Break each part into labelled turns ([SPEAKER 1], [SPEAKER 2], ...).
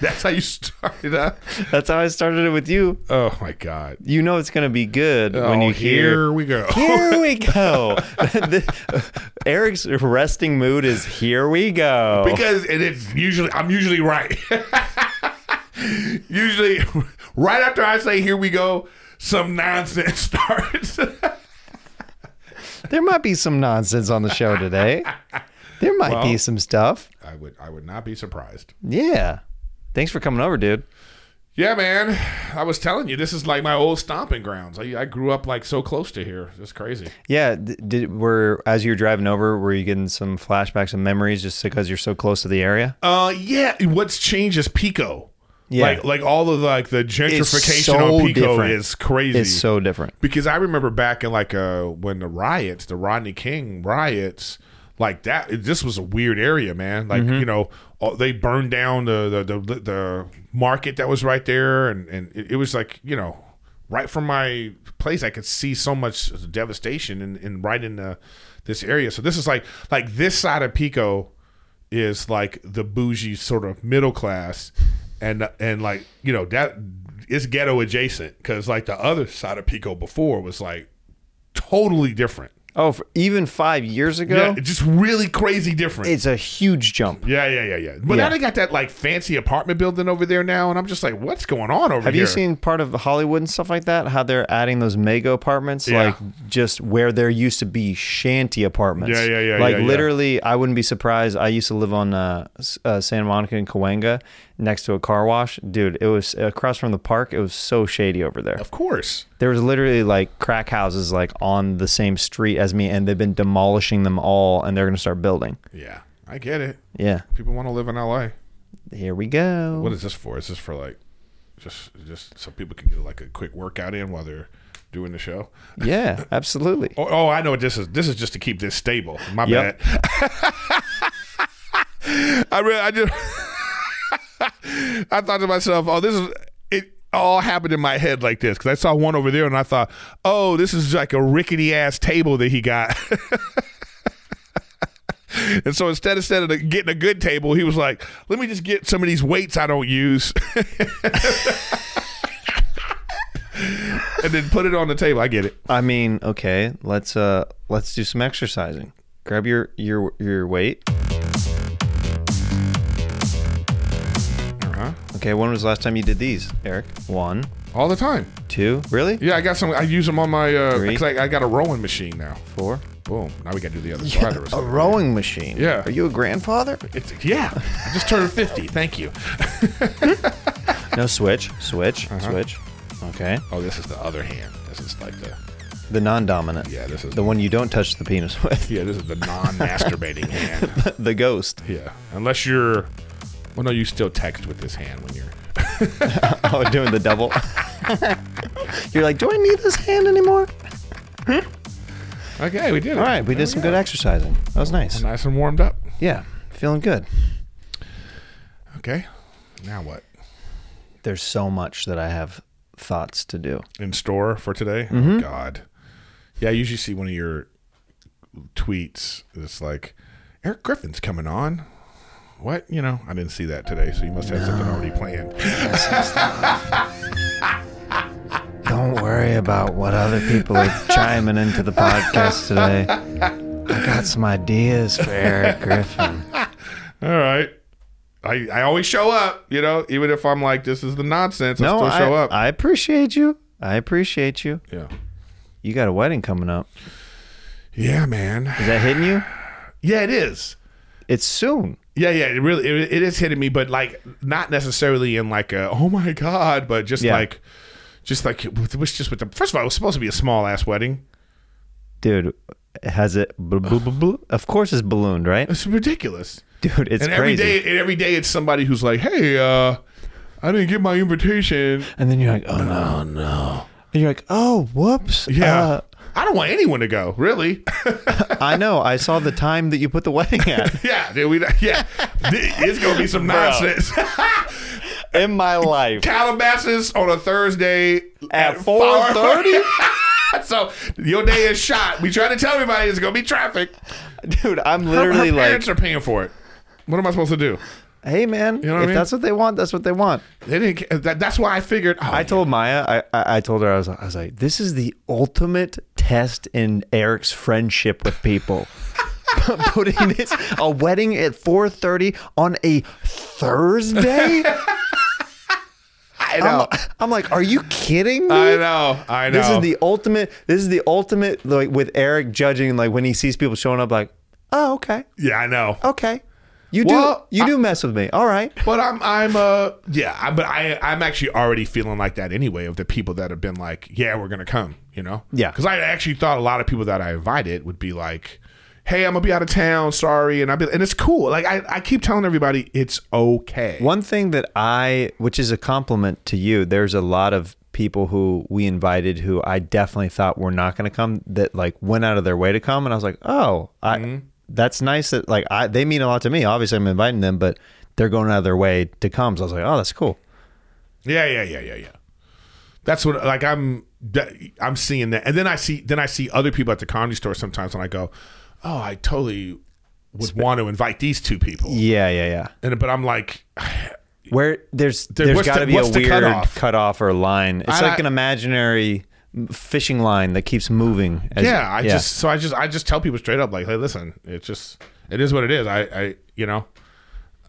[SPEAKER 1] That's how you started out.
[SPEAKER 2] That's how I started it with you.
[SPEAKER 1] Oh my god.
[SPEAKER 2] You know it's gonna be good when
[SPEAKER 1] Oh,
[SPEAKER 2] you hear.
[SPEAKER 1] here we go.
[SPEAKER 2] Here we go. The- Eric's resting mood is here we go.
[SPEAKER 1] because and it's usually I'm usually right. usually, right after I say "here we go," some nonsense starts.
[SPEAKER 2] there might be some nonsense on the show today. There might be some stuff.
[SPEAKER 1] I would I would not be surprised.
[SPEAKER 2] Yeah. Thanks for coming over, dude.
[SPEAKER 1] Yeah, man. I was telling you, this is like my old stomping grounds. I, I grew up like so close to here. It's crazy.
[SPEAKER 2] Yeah, d- did were as you were driving over, were you getting some flashbacks and memories just because you're so close to the area?
[SPEAKER 1] Uh, yeah. What's changed is Pico.
[SPEAKER 2] Yeah.
[SPEAKER 1] Like like all of like the gentrification
[SPEAKER 2] so
[SPEAKER 1] on Pico
[SPEAKER 2] different.
[SPEAKER 1] is crazy.
[SPEAKER 2] It's so different.
[SPEAKER 1] because I remember back in like uh when the riots, the Rodney King riots, like that. it- This was a weird area, man. Like you know, all, they burned down the the, the the market that was right there, and and it, it was like you know, right from my place, I could see so much devastation and and right in the this area. So this is like like this side of Pico is like the bougie sort of middle class and and like you know that it's ghetto adjacent because like the other side of pico before was like totally different
[SPEAKER 2] Oh, for, even five years
[SPEAKER 1] yeah
[SPEAKER 2] ago,
[SPEAKER 1] just really crazy different
[SPEAKER 2] it's a huge jump.
[SPEAKER 1] yeah yeah yeah yeah but
[SPEAKER 2] Yeah.
[SPEAKER 1] now they got that like fancy apartment building over there now and i'm just like what's going on over
[SPEAKER 2] Have
[SPEAKER 1] here
[SPEAKER 2] you seen part of Hollywood and stuff like that? How they're adding those mega apartments,
[SPEAKER 1] Yeah.
[SPEAKER 2] like just where there used to be shanty apartments.
[SPEAKER 1] Yeah, yeah, yeah,
[SPEAKER 2] Like
[SPEAKER 1] yeah, yeah.
[SPEAKER 2] literally, I wouldn't be surprised. I used to live on uh, S- uh, Santa Monica and Cahuenga, next to a car wash, dude. It was across from the park. It was so shady over there.
[SPEAKER 1] of course
[SPEAKER 2] There was literally like crack houses like on the same street as me, and they've been demolishing them all, and they're gonna start building.
[SPEAKER 1] yeah i get it
[SPEAKER 2] Yeah,
[SPEAKER 1] people want to live in la
[SPEAKER 2] here we go.
[SPEAKER 1] what is this for is this for like just just so people can get like a quick workout in while they're doing the show
[SPEAKER 2] yeah, absolutely.
[SPEAKER 1] Oh, oh, I know what this is. This is just to keep this stable. My
[SPEAKER 2] Yep.
[SPEAKER 1] bad. I really, I just, I thought to myself, oh, this is it. All happened in my head like this because I saw one over there and I thought, oh, this is like a rickety ass table that he got. and so instead instead of getting a good table, he was like, let me just get some of these weights I don't use. and then put it on the table. I get it.
[SPEAKER 2] I mean, okay, let's uh let's do some exercising. Grab your your your weight.
[SPEAKER 1] Uh-huh.
[SPEAKER 2] Okay, when was the last time you did these, Eric? One,
[SPEAKER 1] All the time.
[SPEAKER 2] two, really?
[SPEAKER 1] Yeah, I got some. I use them on my. Uh,
[SPEAKER 2] Three.
[SPEAKER 1] 'cause I, I got a rowing machine now.
[SPEAKER 2] Four.
[SPEAKER 1] Boom. Now we got to do the other side. or
[SPEAKER 2] A
[SPEAKER 1] something.
[SPEAKER 2] rowing machine.
[SPEAKER 1] Yeah.
[SPEAKER 2] Are you a grandfather?
[SPEAKER 1] It's, yeah. I just turned fifty. Thank you.
[SPEAKER 2] No, switch, switch,
[SPEAKER 1] Uh-huh.
[SPEAKER 2] switch. Okay.
[SPEAKER 1] Oh, this is the other hand. This is like the.
[SPEAKER 2] The non-dominant.
[SPEAKER 1] Yeah, this is
[SPEAKER 2] The one you don't touch the penis with.
[SPEAKER 1] Yeah, this is the non-masturbating hand.
[SPEAKER 2] the ghost.
[SPEAKER 1] Yeah, unless you're. Well, no, you still text with this hand when you're.
[SPEAKER 2] Oh, doing the double. You're like, do I need this hand anymore?
[SPEAKER 1] Okay, we did. Oh,
[SPEAKER 2] All right, we did some good exercising. That was nice.
[SPEAKER 1] Nice and warmed up.
[SPEAKER 2] Yeah, feeling good.
[SPEAKER 1] Okay. Now what?
[SPEAKER 2] There's so much that I have thoughts to do.
[SPEAKER 1] In store for today?
[SPEAKER 2] Mm-hmm.
[SPEAKER 1] Oh God. Yeah, I usually see one of your tweets. It's like Eric Griffin's coming on. What? You know, I didn't see that today, so you must have something already planned.
[SPEAKER 2] Don't worry about what other people are chiming into the podcast today. I got some ideas for Eric Griffin.
[SPEAKER 1] All right. I, I always show up, you know, even if I'm like, this is the nonsense,
[SPEAKER 2] No,
[SPEAKER 1] I still show
[SPEAKER 2] I,
[SPEAKER 1] up.
[SPEAKER 2] I appreciate you. I appreciate you.
[SPEAKER 1] yeah.
[SPEAKER 2] You got a wedding coming up.
[SPEAKER 1] Yeah, man.
[SPEAKER 2] Is that hitting you?
[SPEAKER 1] Yeah, it is.
[SPEAKER 2] It's soon.
[SPEAKER 1] Yeah, yeah, it really it, it is hitting me, but like not necessarily in like a oh my god, but just
[SPEAKER 2] Yeah.
[SPEAKER 1] like just like it was just with the first of all, it was supposed to be a small ass wedding.
[SPEAKER 2] Dude, has it. bl- bl- bl- bl- Of course, it's ballooned, right?
[SPEAKER 1] It's ridiculous.
[SPEAKER 2] Dude, it's
[SPEAKER 1] and every
[SPEAKER 2] crazy.
[SPEAKER 1] day and every day it's somebody who's like, Hey, uh, I didn't get my invitation.
[SPEAKER 2] And then you're like, oh no.
[SPEAKER 1] Oh no.
[SPEAKER 2] And you're like, oh, whoops.
[SPEAKER 1] Yeah.
[SPEAKER 2] Uh,
[SPEAKER 1] I don't want anyone to go, really.
[SPEAKER 2] I know. I saw the time that you put the wedding at.
[SPEAKER 1] yeah, dude, we, yeah. It's gonna be some nonsense.
[SPEAKER 2] in my life
[SPEAKER 1] Calabasas on a Thursday
[SPEAKER 2] at
[SPEAKER 1] four
[SPEAKER 2] 4:30.
[SPEAKER 1] so your day is shot. We try to tell everybody it's gonna be traffic.
[SPEAKER 2] Dude, I'm
[SPEAKER 1] Her
[SPEAKER 2] literally like
[SPEAKER 1] parents are paying for it. What am I supposed to do?
[SPEAKER 2] hey man,
[SPEAKER 1] You know what I
[SPEAKER 2] if
[SPEAKER 1] mean?
[SPEAKER 2] that's what they want, that's what they want.
[SPEAKER 1] They didn't. ca- That, that's why I figured. Oh,
[SPEAKER 2] I told Maya, I, I, I told her, I was, I was like, this is the ultimate test in Eric's friendship with people. Putting this a wedding at 4:30 on a Thursday.
[SPEAKER 1] I
[SPEAKER 2] I'm,
[SPEAKER 1] know.
[SPEAKER 2] I'm like, are you kidding me?
[SPEAKER 1] I know. I know.
[SPEAKER 2] This is the ultimate. This is the ultimate. Like with Eric judging, like when he sees people showing up, like, oh okay,
[SPEAKER 1] Yeah, I know.
[SPEAKER 2] okay, you
[SPEAKER 1] Well,
[SPEAKER 2] do you do mess with me, all right.
[SPEAKER 1] But I'm I'm uh yeah, I, but I I'm actually already feeling like that anyway of the people that have been like, yeah, we're gonna come, you know?
[SPEAKER 2] Yeah.
[SPEAKER 1] Because I actually thought a lot of people that I invited would be like, hey, I'm gonna be out of town, sorry, and I be and it's cool. Like I, I keep telling everybody it's okay.
[SPEAKER 2] One thing that I, which is a compliment to you, there's a lot of people who we invited who I definitely thought were not going to come that like went out of their way to come, and I was like, oh, I,
[SPEAKER 1] Mm-hmm.
[SPEAKER 2] that's nice that like I they mean a lot to me. Obviously, I'm inviting them, but they're going out of their way to come. So I was like, oh, that's cool.
[SPEAKER 1] Yeah, yeah, yeah, yeah, yeah. That's what like I'm that- I'm seeing that, and then I see then I see other people at the comedy store sometimes, and I go, oh, I totally would want to invite these two people,
[SPEAKER 2] Yeah, yeah, yeah.
[SPEAKER 1] and but I'm like,
[SPEAKER 2] Where there's
[SPEAKER 1] There-
[SPEAKER 2] there's
[SPEAKER 1] what's
[SPEAKER 2] got to
[SPEAKER 1] the-
[SPEAKER 2] be a
[SPEAKER 1] what's the
[SPEAKER 2] weird
[SPEAKER 1] cutoff?
[SPEAKER 2] cutoff? or line. It's
[SPEAKER 1] I-
[SPEAKER 2] like an imaginary fishing line that keeps moving. as-
[SPEAKER 1] yeah, I just so I just I just tell people straight up like, hey, listen, it's just it is what it is. I I you know,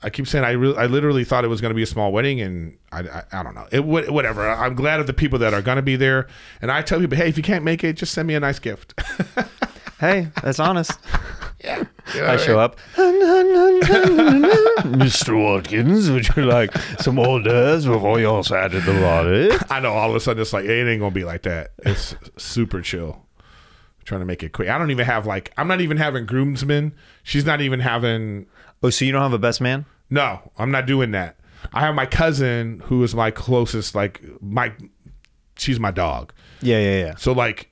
[SPEAKER 1] I keep saying I really I literally thought it was going to be a small wedding, and I I, I don't know it wha- whatever. I'm glad of the people that are going to be there, and I tell people, hey, if you can't make it, just send me a nice gift.
[SPEAKER 2] hey, that's honest.
[SPEAKER 1] yeah,
[SPEAKER 2] I show up. Mr. Watkins, would you like some hors d'oeuvres before your side of the lottery?
[SPEAKER 1] I know all of a sudden it's like it ain't gonna be like that. It's super chill. trying to make it quick. I don't even have like I'm not even having groomsmen. She's not even having
[SPEAKER 2] Oh, so you don't have a best man?
[SPEAKER 1] no, I'm not doing that. I have my cousin who is my closest like my she's my dog.
[SPEAKER 2] Yeah, yeah, yeah.
[SPEAKER 1] So like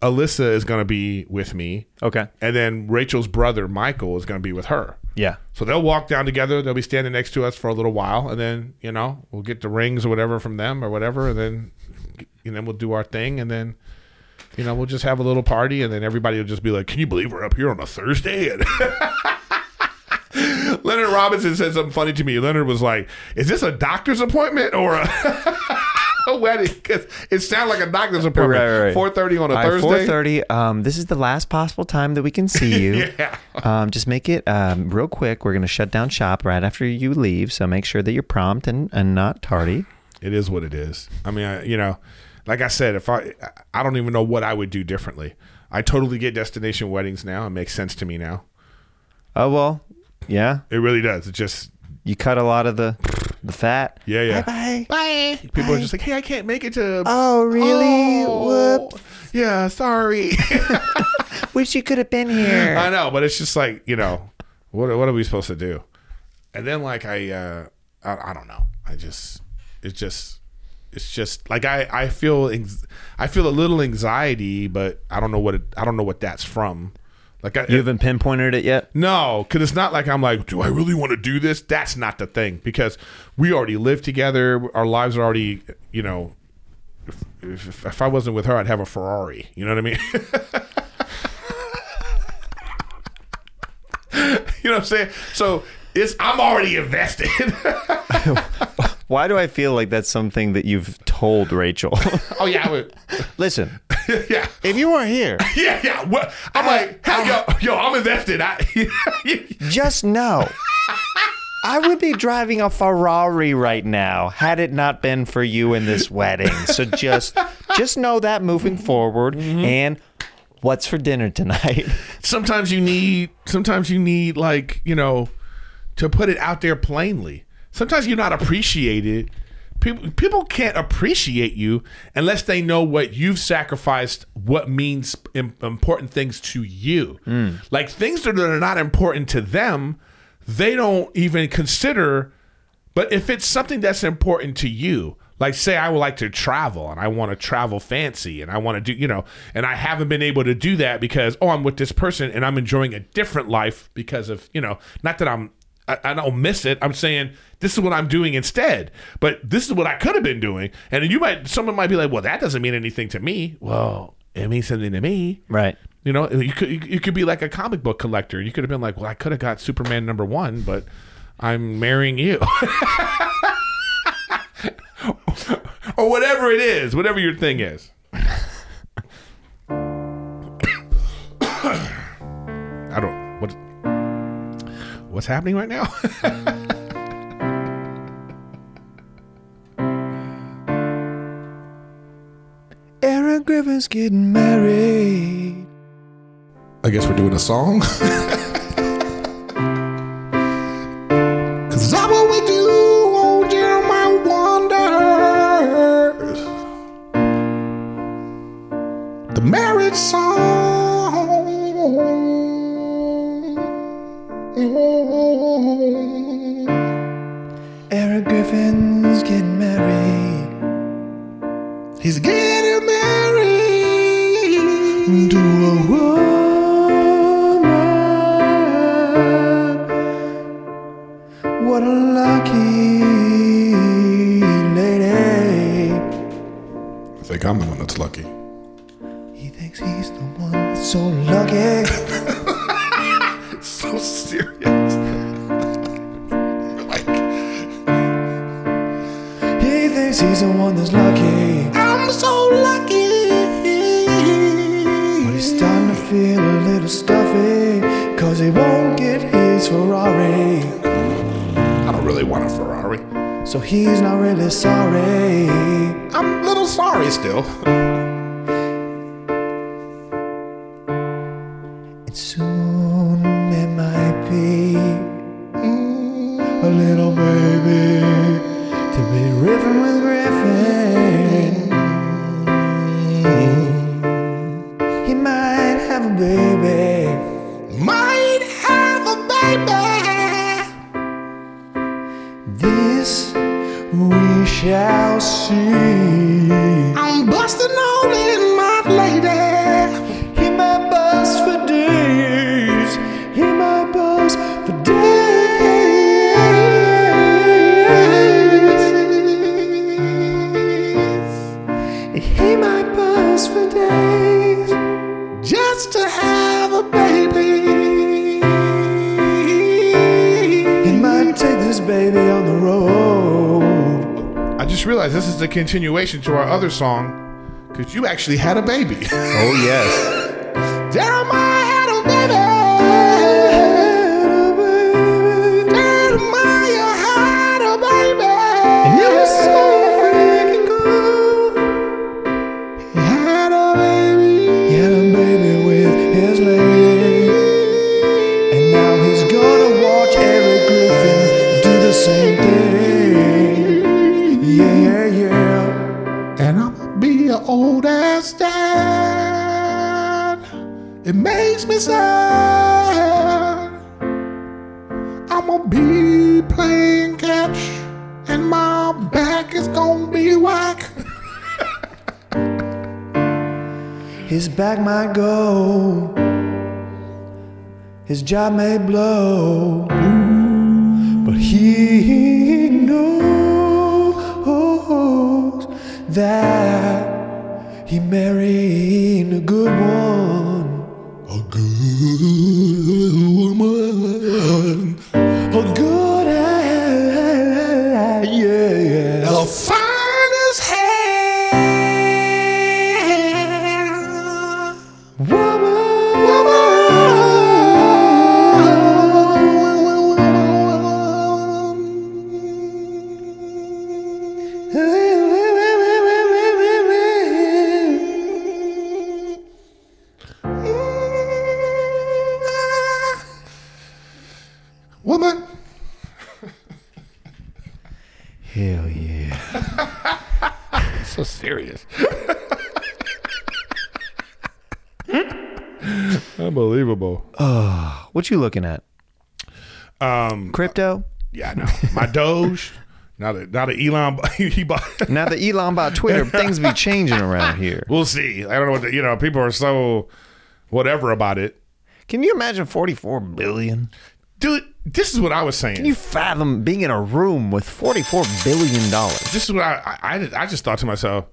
[SPEAKER 1] Alyssa is gonna be with me.
[SPEAKER 2] Okay.
[SPEAKER 1] And then Rachel's brother, Michael, is gonna be with her.
[SPEAKER 2] Yeah.
[SPEAKER 1] So they'll walk down together. They'll be standing next to us for a little while, and then you know we'll get the rings or whatever from them or whatever, and then and then we'll do our thing, and then you know we'll just have a little party, and then everybody will just be like, "Can you believe we're up here on a Thursday?" And Leonard Robinson said something funny to me. Leonard was like, "Is this a doctor's appointment or a?" A wedding because it sounded like a doctor's appointment.
[SPEAKER 2] Right, right.
[SPEAKER 1] Four thirty on a
[SPEAKER 2] Four
[SPEAKER 1] Thursday.
[SPEAKER 2] thirty. Um, this is the last possible time that we can see you.
[SPEAKER 1] Yeah.
[SPEAKER 2] Um, just make it um, real quick. We're gonna shut down shop right after you leave, so make sure that you're prompt and, and not tardy.
[SPEAKER 1] it is what it is. I mean, I, you know, like I said, if I, I don't even know what I would do differently. I totally get destination weddings now. It makes sense to me now.
[SPEAKER 2] Oh well, yeah.
[SPEAKER 1] It really does. It just,
[SPEAKER 2] You cut a lot of the the fat.
[SPEAKER 1] yeah, yeah.
[SPEAKER 2] Bye.
[SPEAKER 1] Bye. People are just like, hey, I can't make it to.
[SPEAKER 2] Oh really?
[SPEAKER 1] Oh,
[SPEAKER 2] Whoop.
[SPEAKER 1] Yeah, sorry.
[SPEAKER 2] Wish you could have been here.
[SPEAKER 1] I know, but it's just like you know, what what are we supposed to do? And then like I, uh, I, I don't know. I just, it's just, it's just like I, I feel, anx- I feel a little anxiety, but I don't know what it, I don't know what that's from. Like I,
[SPEAKER 2] You haven't pinpointed it yet.
[SPEAKER 1] no, because it's not like I'm like, do I really want to do this? That's not the thing because we already live together. Our lives are already, you know. If, if, if I wasn't with her, I'd have a Ferrari. You know what I mean? you know what I'm saying? So it's I'm already invested.
[SPEAKER 2] Why do I feel like that's something that you've told Rachel?
[SPEAKER 1] oh yeah, I would.
[SPEAKER 2] Listen,
[SPEAKER 1] yeah,
[SPEAKER 2] if you weren't here,
[SPEAKER 1] yeah, yeah. What? I'm like, hey, yo, yo, I'm invested. I,
[SPEAKER 2] just know I would be driving a Ferrari right now had it not been for you in this wedding. So just just know that moving forward and what's for dinner tonight?
[SPEAKER 1] sometimes you need sometimes you need like you know to put it out there plainly sometimes you're not appreciated people people can't appreciate you unless they know what you've sacrificed what means im- important things to you like things that are not important to them they don't even consider but if it's something that's important to you, like say I would like to travel and I want to travel fancy and I want to do, you know, and I haven't been able to do that because oh, I'm with this person and I'm enjoying a different life because of, you know, not that I'm I, I don't miss it. I'm saying this is what I'm doing instead. But this is what I could have been doing. And you might someone might be like, "Well, that doesn't mean anything to me." Well, it means something to me.
[SPEAKER 2] Right.
[SPEAKER 1] You know, you could you could be like a comic book collector. You could have been like, well, I could have got Superman number one, but I'm marrying you. or whatever it is, whatever your thing is. I don't what what's happening right now?
[SPEAKER 2] Aaron Griffin's getting married.
[SPEAKER 1] I guess we're doing a song. Cause that's what we do Oh, on Jeremiah Wonders. The marriage song.
[SPEAKER 2] Aaron Griffin's getting married.
[SPEAKER 1] He's getting married.
[SPEAKER 2] What a lucky lady.
[SPEAKER 1] I think I'm the one that's lucky.
[SPEAKER 2] He thinks he's the one that's so lucky.
[SPEAKER 1] so serious. like,
[SPEAKER 2] He thinks he's the one that's lucky.
[SPEAKER 1] I'm so
[SPEAKER 2] But
[SPEAKER 1] lucky.
[SPEAKER 2] he's starting to feel a little stuffy. Cause he won't get his Ferrari.
[SPEAKER 1] I don't really want a Ferrari.
[SPEAKER 2] So he's not really sorry.
[SPEAKER 1] I'm a little sorry still.
[SPEAKER 2] And soon it might be a little baby to be riffing with Griffin. He might have a baby,
[SPEAKER 1] Might have a baby.
[SPEAKER 2] this we shall see.
[SPEAKER 1] I'm busting all in my lady.
[SPEAKER 2] He might bust for days. He might bust for days. He might bust for days.
[SPEAKER 1] Just to have a baby.
[SPEAKER 2] He might take this baby on the road.
[SPEAKER 1] I just realized this is a continuation to our other song because you actually had a baby.
[SPEAKER 2] Oh yes.
[SPEAKER 1] Jeremiah had a baby. Jeremiah had a baby. And
[SPEAKER 2] it was so
[SPEAKER 1] freaking cool. He had a baby.
[SPEAKER 2] He had a baby with his lady. And now he's gonna watch Eric Griffin do the same thing. Yeah, yeah.
[SPEAKER 1] And I'll be an old ass dad. It makes me sad. I'ma be playing catch, and my back is gonna be whack.
[SPEAKER 2] His back might go. His job may blow. But he knows that he married a good one.
[SPEAKER 1] A good woman,
[SPEAKER 2] A good, yeah.
[SPEAKER 1] the finest hair.
[SPEAKER 2] Woman.
[SPEAKER 1] Woman.
[SPEAKER 2] Hell yeah.
[SPEAKER 1] So serious. Unbelievable.
[SPEAKER 2] What you looking at? Um, crypto.
[SPEAKER 1] Yeah, I know. My Doge. Not a not a Elon. He bought.
[SPEAKER 2] Now the Elon bought Twitter, things be changing around here.
[SPEAKER 1] We'll see. I don't know what the, you know. People are so whatever about it,
[SPEAKER 2] Can you imagine forty-four billion?
[SPEAKER 1] dude. This is what I was saying.
[SPEAKER 2] Can you fathom being in a room with forty-four billion dollars?
[SPEAKER 1] this is what I, I I did- I just thought to myself.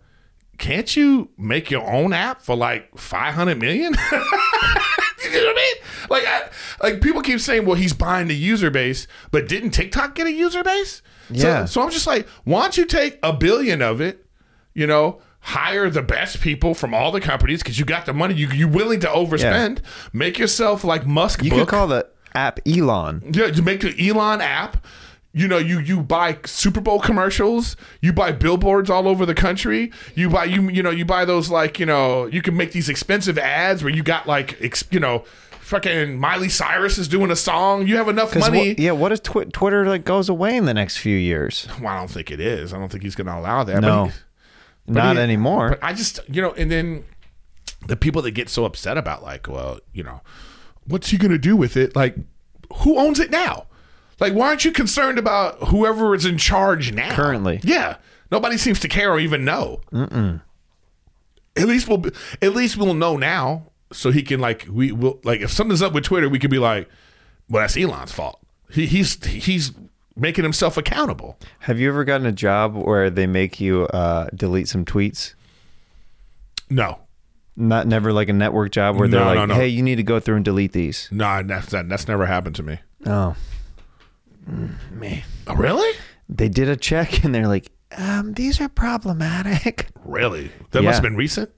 [SPEAKER 1] Can't you make your own app for like five hundred million? you know what I mean? Like, I, like people keep saying, well, he's buying the user base, but didn't TikTok get a user base?
[SPEAKER 2] Yeah.
[SPEAKER 1] So, so I'm just like, why don't you take a billion of it, you know, hire the best people from all the companies because you got the money, you you willing to overspend, make yourself like Musk.
[SPEAKER 2] You
[SPEAKER 1] book.
[SPEAKER 2] could call the app Elon.
[SPEAKER 1] Yeah, you make the Elon app. You know, you you buy Super Bowl commercials. You buy billboards all over the country. You buy you you know you buy those like you know you can make these expensive ads where you got like ex, you know fucking Miley Cyrus is doing a song. You have enough
[SPEAKER 2] 'Cause
[SPEAKER 1] money.
[SPEAKER 2] what- yeah, what if twi- Twitter like goes away in the next few years?
[SPEAKER 1] well, I don't think it is. I don't think he's going to allow that.
[SPEAKER 2] No,
[SPEAKER 1] but he-
[SPEAKER 2] not
[SPEAKER 1] he-
[SPEAKER 2] anymore.
[SPEAKER 1] But I just, you know, and then the people that get so upset about, like, well, you know, what's he going to do with it? Like, who owns it now? Like, why aren't you concerned about whoever is in charge now?
[SPEAKER 2] Currently.
[SPEAKER 1] yeah. Nobody seems to care or even know. Mm-mm. At least we'll, be- at least we'll know now, so he can like we will like if something's up with Twitter, we could be like, well, that's Elon's fault. He, he's he's making himself accountable.
[SPEAKER 2] Have you ever gotten a job where they make you uh, delete some tweets?
[SPEAKER 1] No,
[SPEAKER 2] Not never like a network job where
[SPEAKER 1] No,
[SPEAKER 2] they're like,
[SPEAKER 1] no, no.
[SPEAKER 2] "Hey, you need to go through and delete these."
[SPEAKER 1] no, that's that, that's never happened to me.
[SPEAKER 2] Oh, Mm, man,
[SPEAKER 1] Oh, really?
[SPEAKER 2] they did a check and they're like, um, "These are problematic."
[SPEAKER 1] Really? That
[SPEAKER 2] Yeah.
[SPEAKER 1] must have been recent.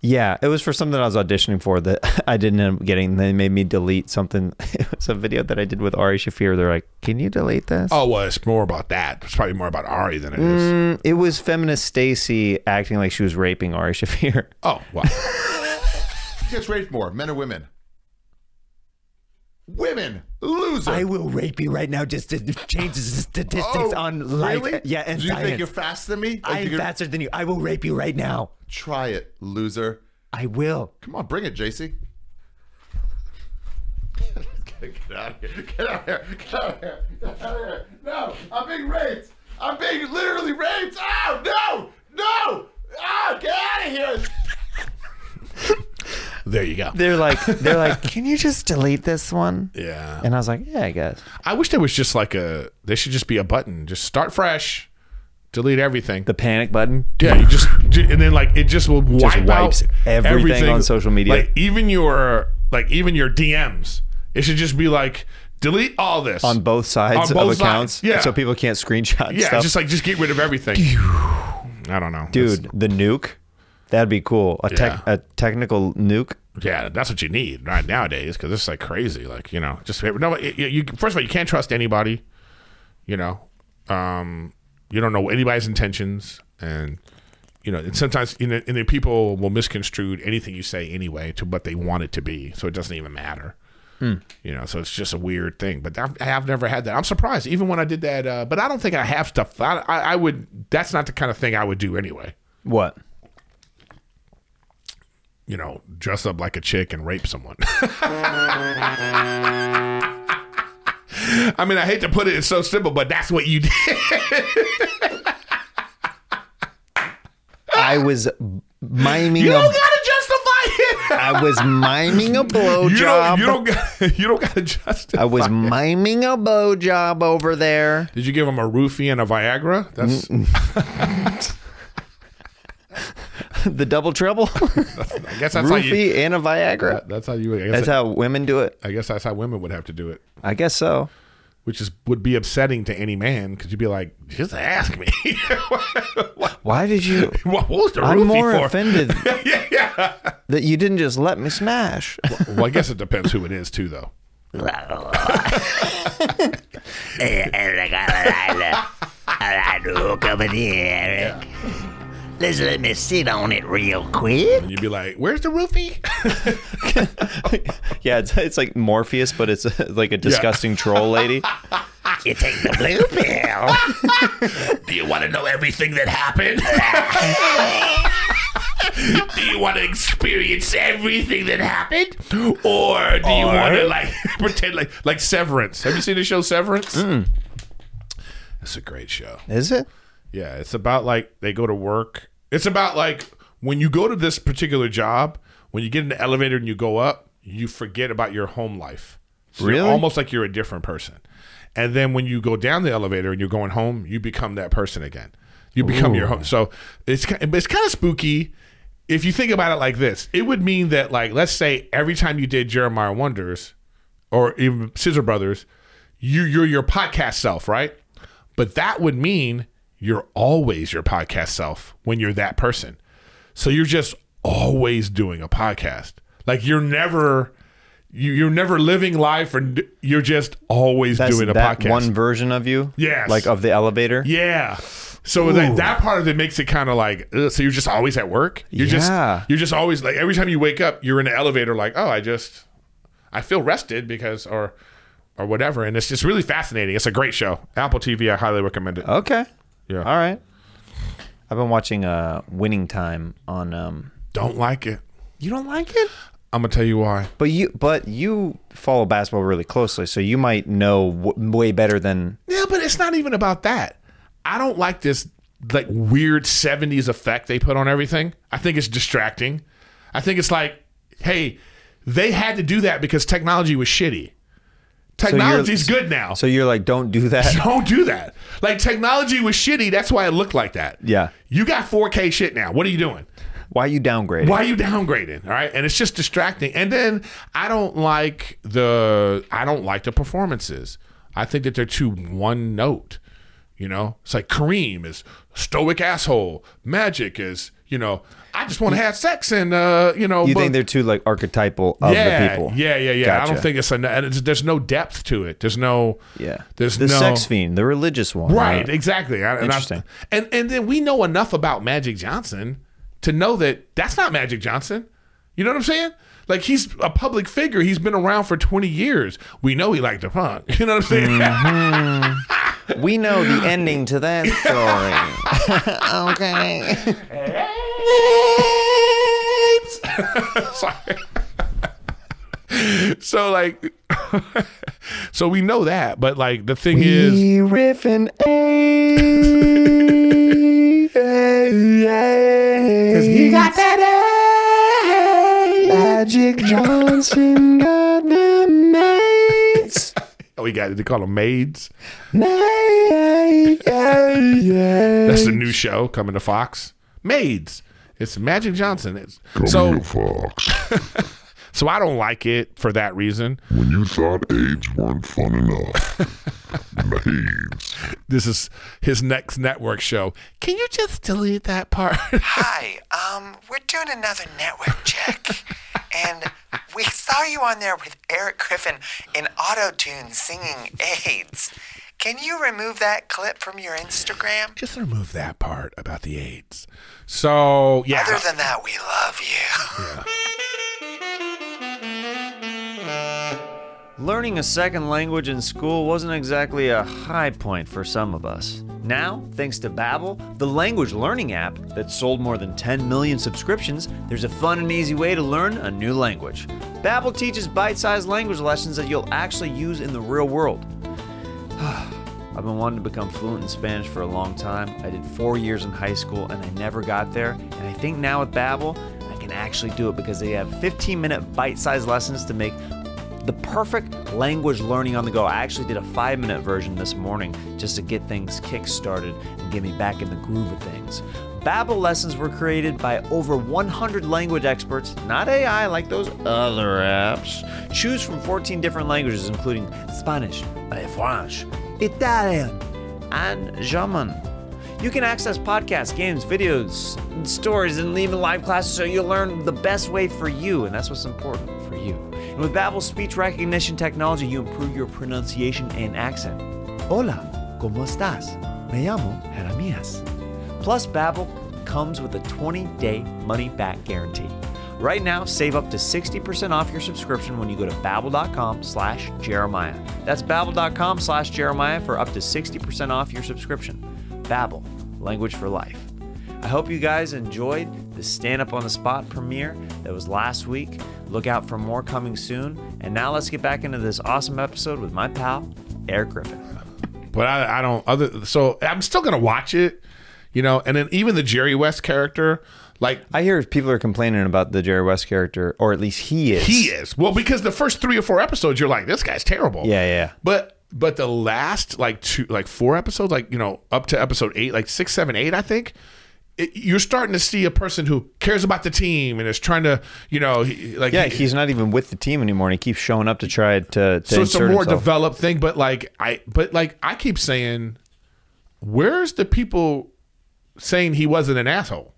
[SPEAKER 2] Yeah, it was for something I was auditioning for that I didn't end up getting. They made me delete something. It was a video that I did with Ari Shafir. They're like, "Can you delete this?"
[SPEAKER 1] Oh, well, it's more about that. It's probably more about Ari than it is.
[SPEAKER 2] Mm, it was feminist Stacy acting like she was raping Ari Shafir.
[SPEAKER 1] Oh, wow.
[SPEAKER 3] Who gets raped more, men or women? Women, loser.
[SPEAKER 4] I will rape you right now just to change the statistics
[SPEAKER 3] Oh,
[SPEAKER 4] on life.
[SPEAKER 3] really?
[SPEAKER 4] Yeah, and
[SPEAKER 3] Do you
[SPEAKER 4] science.
[SPEAKER 3] think you're faster than me? Like,
[SPEAKER 4] I
[SPEAKER 3] you
[SPEAKER 4] am
[SPEAKER 3] could-
[SPEAKER 4] faster than you. I will rape you right now.
[SPEAKER 3] Try it, loser.
[SPEAKER 4] I will.
[SPEAKER 3] Come on, bring it, JC. Get out of here. Get out of here. Get out of here. Get out of here. No, I'm being raped. I'm being literally raped. Oh, no. No. Oh, get out of here.
[SPEAKER 1] there you go.
[SPEAKER 2] They're like, "They're like, can you just delete this one?"
[SPEAKER 1] Yeah.
[SPEAKER 2] And I was like, "Yeah, I guess."
[SPEAKER 1] I wish there was just like a, there should just be a button. Just start fresh, delete everything.
[SPEAKER 2] The panic button.
[SPEAKER 1] yeah, you just, ju- and then like it just will wipe
[SPEAKER 2] wipes
[SPEAKER 1] out
[SPEAKER 2] everything on social media.
[SPEAKER 1] Like even your, like even your DMs. It should just be like, delete all this.
[SPEAKER 2] on both sides
[SPEAKER 1] On both
[SPEAKER 2] of accounts,
[SPEAKER 1] sides, yeah.
[SPEAKER 2] so people can't screenshot
[SPEAKER 1] yeah,
[SPEAKER 2] stuff.
[SPEAKER 1] just like, just get rid of everything. I don't know.
[SPEAKER 2] Dude, the nuke, that'd be cool. A tech,
[SPEAKER 1] Yeah.
[SPEAKER 2] a technical nuke.
[SPEAKER 1] Yeah, that's what you need right nowadays because it's like crazy. Like you know, just no. You, you first of all, you can't trust anybody. You know, um, you don't know anybody's intentions, and you know, and sometimes you know, and then people will misconstrue anything you say anyway to what they want it to be, so it doesn't even matter. You know, so it's just a weird thing. But I've, I've never had that. I'm surprised, even when I did that. Uh, but I don't think I have stuff. I, I, I would. That's not the kind of thing I would do anyway.
[SPEAKER 2] What?
[SPEAKER 1] You know, dress up like a chick and rape someone. I mean, I hate to put it it's so simple, but that's what you did.
[SPEAKER 2] I was miming.
[SPEAKER 1] You
[SPEAKER 2] A,
[SPEAKER 1] don't gotta justify it.
[SPEAKER 2] I was miming a
[SPEAKER 1] You
[SPEAKER 2] blowjob.
[SPEAKER 1] don't, you don't. got- You don't gotta justify.
[SPEAKER 2] I was miming a blowjob over there.
[SPEAKER 1] Did you give him a roofie and a Viagra? That's
[SPEAKER 2] the double treble,
[SPEAKER 1] I guess that's how you.
[SPEAKER 2] roofie, and a Viagra.
[SPEAKER 1] That's how you. I guess,
[SPEAKER 2] That's
[SPEAKER 1] that-
[SPEAKER 2] how women do it.
[SPEAKER 1] I guess that's how women would have to do it,
[SPEAKER 2] I guess so.
[SPEAKER 1] which is would be upsetting to any man because you'd be like, just ask me. what,
[SPEAKER 2] Why did you?
[SPEAKER 1] what was the
[SPEAKER 2] I'm
[SPEAKER 1] roofie
[SPEAKER 2] more
[SPEAKER 1] for?
[SPEAKER 2] offended
[SPEAKER 1] yeah, yeah.
[SPEAKER 2] that you didn't just let me smash.
[SPEAKER 1] Well, I guess it depends who it is too, though.
[SPEAKER 4] Let's let me sit on it real quick.
[SPEAKER 1] And you'd be like, "Where's the roofie?"
[SPEAKER 2] yeah, it's, it's like Morpheus, but it's like a disgusting troll lady.
[SPEAKER 4] You take the blue pill.
[SPEAKER 1] Do you want to know everything that happened? do you want to experience everything that happened, or do you want to like pretend like like Severance? Have you seen the show Severance? Mm. It's a great show.
[SPEAKER 2] Is it?
[SPEAKER 1] Yeah, it's about like they go to work. It's about like when you go to this particular job, when you get in the elevator and you go up, you forget about your home life. So you're
[SPEAKER 2] Really?
[SPEAKER 1] almost like you're a different person. And then when you go down the elevator and you're going home, you become that person again. You become your home. So it's ki- it's kind of spooky. if you think about it like this, it would mean that like let's say every time you did Jeremiah Wonders or even Scissor Brothers, you you're your podcast self, right? But that would mean you're always your podcast self when you're that person. So you're just always doing a podcast. Like you're never you, you're never living life and you're just always
[SPEAKER 2] That's
[SPEAKER 1] doing a
[SPEAKER 2] that
[SPEAKER 1] podcast.
[SPEAKER 2] one version of you.
[SPEAKER 1] Yes.
[SPEAKER 2] Like of the elevator.
[SPEAKER 1] Yeah. So that, that part of it makes it kind of like ugh, so you're just always at work. You're
[SPEAKER 2] Yeah.
[SPEAKER 1] just you're just always like every time you wake up, you're in the elevator like, "Oh, I just I feel rested because or or whatever." And it's just really fascinating. It's a great show. Apple TV, I highly recommend it.
[SPEAKER 2] Okay.
[SPEAKER 1] Yeah.
[SPEAKER 2] All right. I've been watching uh Winning Time on um
[SPEAKER 1] Don't like it.
[SPEAKER 2] You don't like it?
[SPEAKER 1] I'm going to tell you why.
[SPEAKER 2] But you but you follow basketball really closely, so you might know w- way better than
[SPEAKER 1] Yeah, but it's not even about that. I don't like this like weird 70s effect they put on everything. I think it's distracting. I think it's like, hey, they had to do that because technology was shitty.
[SPEAKER 2] so you're-
[SPEAKER 1] Technology's good now.
[SPEAKER 2] So you're like don't do that.
[SPEAKER 1] don't do that. Like technology was shitty. That's why it looked like that.
[SPEAKER 2] Yeah.
[SPEAKER 1] You got 4K shit now. What are you doing?
[SPEAKER 2] Why you downgrading?
[SPEAKER 1] Why are you downgrading? All right. And it's just distracting. And then I don't like the I don't like the performances. I think that they're too one note. You know? It's like Kareem is stoic asshole. Magic is, you know, I just want to have sex and uh, you know,
[SPEAKER 2] You
[SPEAKER 1] but-
[SPEAKER 2] think they're too like archetypal of
[SPEAKER 1] yeah,
[SPEAKER 2] the people?
[SPEAKER 1] Yeah, yeah, yeah. I
[SPEAKER 2] Gotcha.
[SPEAKER 1] don't think it's an and it's, there's no depth to it. There's no
[SPEAKER 2] Yeah.
[SPEAKER 1] There's
[SPEAKER 2] the
[SPEAKER 1] no
[SPEAKER 2] sex fiend, the religious one.
[SPEAKER 1] Right,
[SPEAKER 2] uh,
[SPEAKER 1] exactly. I, and I-
[SPEAKER 2] Interesting.
[SPEAKER 1] And and then we know enough about Magic Johnson to know that that's not Magic Johnson. You know what I'm saying? Like he's a public figure. He's been around for 20 years. We know he liked to punk. You know what I'm saying?
[SPEAKER 2] Mm. We know the ending to that story.
[SPEAKER 4] Okay.
[SPEAKER 1] Sorry. so like, so we know that. But like the thing is,
[SPEAKER 2] He riffing eh, eh.
[SPEAKER 4] You got that A.
[SPEAKER 2] Magic Johnson got them mates.
[SPEAKER 1] oh, we got they call them maids.
[SPEAKER 2] That's
[SPEAKER 1] That's the new show coming to Fox. Maids. It's Magic Johnson. It's, so
[SPEAKER 5] Here, Fox,
[SPEAKER 1] so I don't like it for that reason.
[SPEAKER 5] when you thought AIDS weren't fun enough, maids.
[SPEAKER 1] This is his next network show. Can you just delete that part?
[SPEAKER 6] Hi, um, we're doing another network check. and we saw you on there with Eric Griffin in auto-tune singing AIDS. Can you remove that clip from your Instagram?
[SPEAKER 1] just remove that part about the AIDS. So yeah.
[SPEAKER 6] Other than that, we love you.
[SPEAKER 2] Learning a second language in school wasn't exactly a high point for some of us. Now, thanks to Babbel, the language learning app that sold more than 10 million subscriptions, there's a fun and easy way to learn a new language. Babbel teaches bite-sized language lessons that you'll actually use in the real world. I've been wanting to become fluent in Spanish for a long time. I did four years in high school and I never got there. And I think now with Babbel, I can actually do it because they have 15-minute bite-sized lessons to make the perfect language learning on the go. I actually did a five-minute version this morning just to get things kick-started and get me back in the groove of things. Babbel lessons were created by over 100 language experts, not AI like those other apps. Choose from 14 different languages, including Spanish, French, Italian, and German. You can access podcasts, games, videos, and stories, and even live classes so you'll learn the best way for you, and that's what's important for you. And with Babbel's speech recognition technology, you improve your pronunciation and accent. Hola, ¿cómo estás? Me llamo Jeremias. Plus, Babbel comes with a 20-day money-back guarantee. Right now, save up to 60% off your subscription when you go to babbel.com slash Jeremiah. That's babbel.com slash Jeremiah for up to 60% off your subscription. Babbel, language for life. I hope you guys enjoyed the Stand Up on the Spot premiere that was last week. Look out for more coming soon. And now let's get back into this awesome episode with my pal, Eric Griffin.
[SPEAKER 1] but I, I don't other so I'm still gonna watch it, you know, and then even the Jerry West character, like
[SPEAKER 2] I hear people are complaining about the Jerry West character, or at least he is.
[SPEAKER 1] he is. Well, because the first three or four episodes you're like, this guy's terrible.
[SPEAKER 2] Yeah, yeah.
[SPEAKER 1] But but the last like two like four episodes, like you know, up to episode eight, like six, seven, eight, I think, it, you're starting to see a person who cares about the team and is trying to, you know, he, like
[SPEAKER 7] Yeah,
[SPEAKER 1] he-
[SPEAKER 7] he's not even with the team anymore, and he keeps showing up to try to. to
[SPEAKER 1] so it's a
[SPEAKER 7] insert
[SPEAKER 1] more
[SPEAKER 7] himself.
[SPEAKER 1] developed thing. But like I, but like I keep saying, where's the people saying he wasn't an asshole?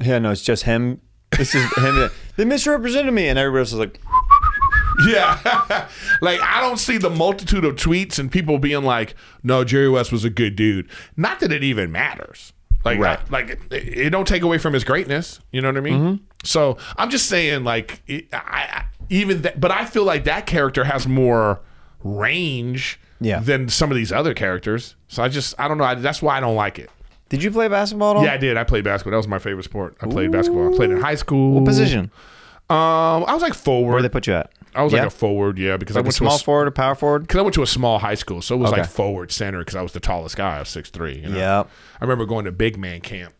[SPEAKER 7] Yeah, no, it's just him. This is him. They misrepresented me, and everybody else is like,
[SPEAKER 1] Yeah. like I don't see the multitude of tweets and people being like, "No, Jerry West was a good dude." Not that it even matters. Like
[SPEAKER 7] Right. Mm-hmm.
[SPEAKER 1] I- like it, it don't take away from his greatness, you know what I mean? So, I'm just saying like it, I, I even that but I feel like that character has more range
[SPEAKER 7] Yeah.
[SPEAKER 1] than some of these other characters. So I just I don't know, I, that's why I don't like it.
[SPEAKER 7] "Did you play basketball at all?"
[SPEAKER 1] Yeah, I did. I played basketball. That was my favorite sport. I played basketball. I played in high school.
[SPEAKER 7] What position?
[SPEAKER 1] Um, I was like
[SPEAKER 7] Where
[SPEAKER 1] forward.
[SPEAKER 7] they put you at?
[SPEAKER 1] I was
[SPEAKER 7] Yeah?
[SPEAKER 1] like a forward, yeah, because I
[SPEAKER 7] Like a
[SPEAKER 1] went to
[SPEAKER 7] small
[SPEAKER 1] a,
[SPEAKER 7] forward or power forward.
[SPEAKER 1] because I went to a small high school, so it was
[SPEAKER 7] Okay.
[SPEAKER 1] like forward center because I was the tallest guy. I was six three. You know?
[SPEAKER 7] Yep.
[SPEAKER 1] I remember going to big man camp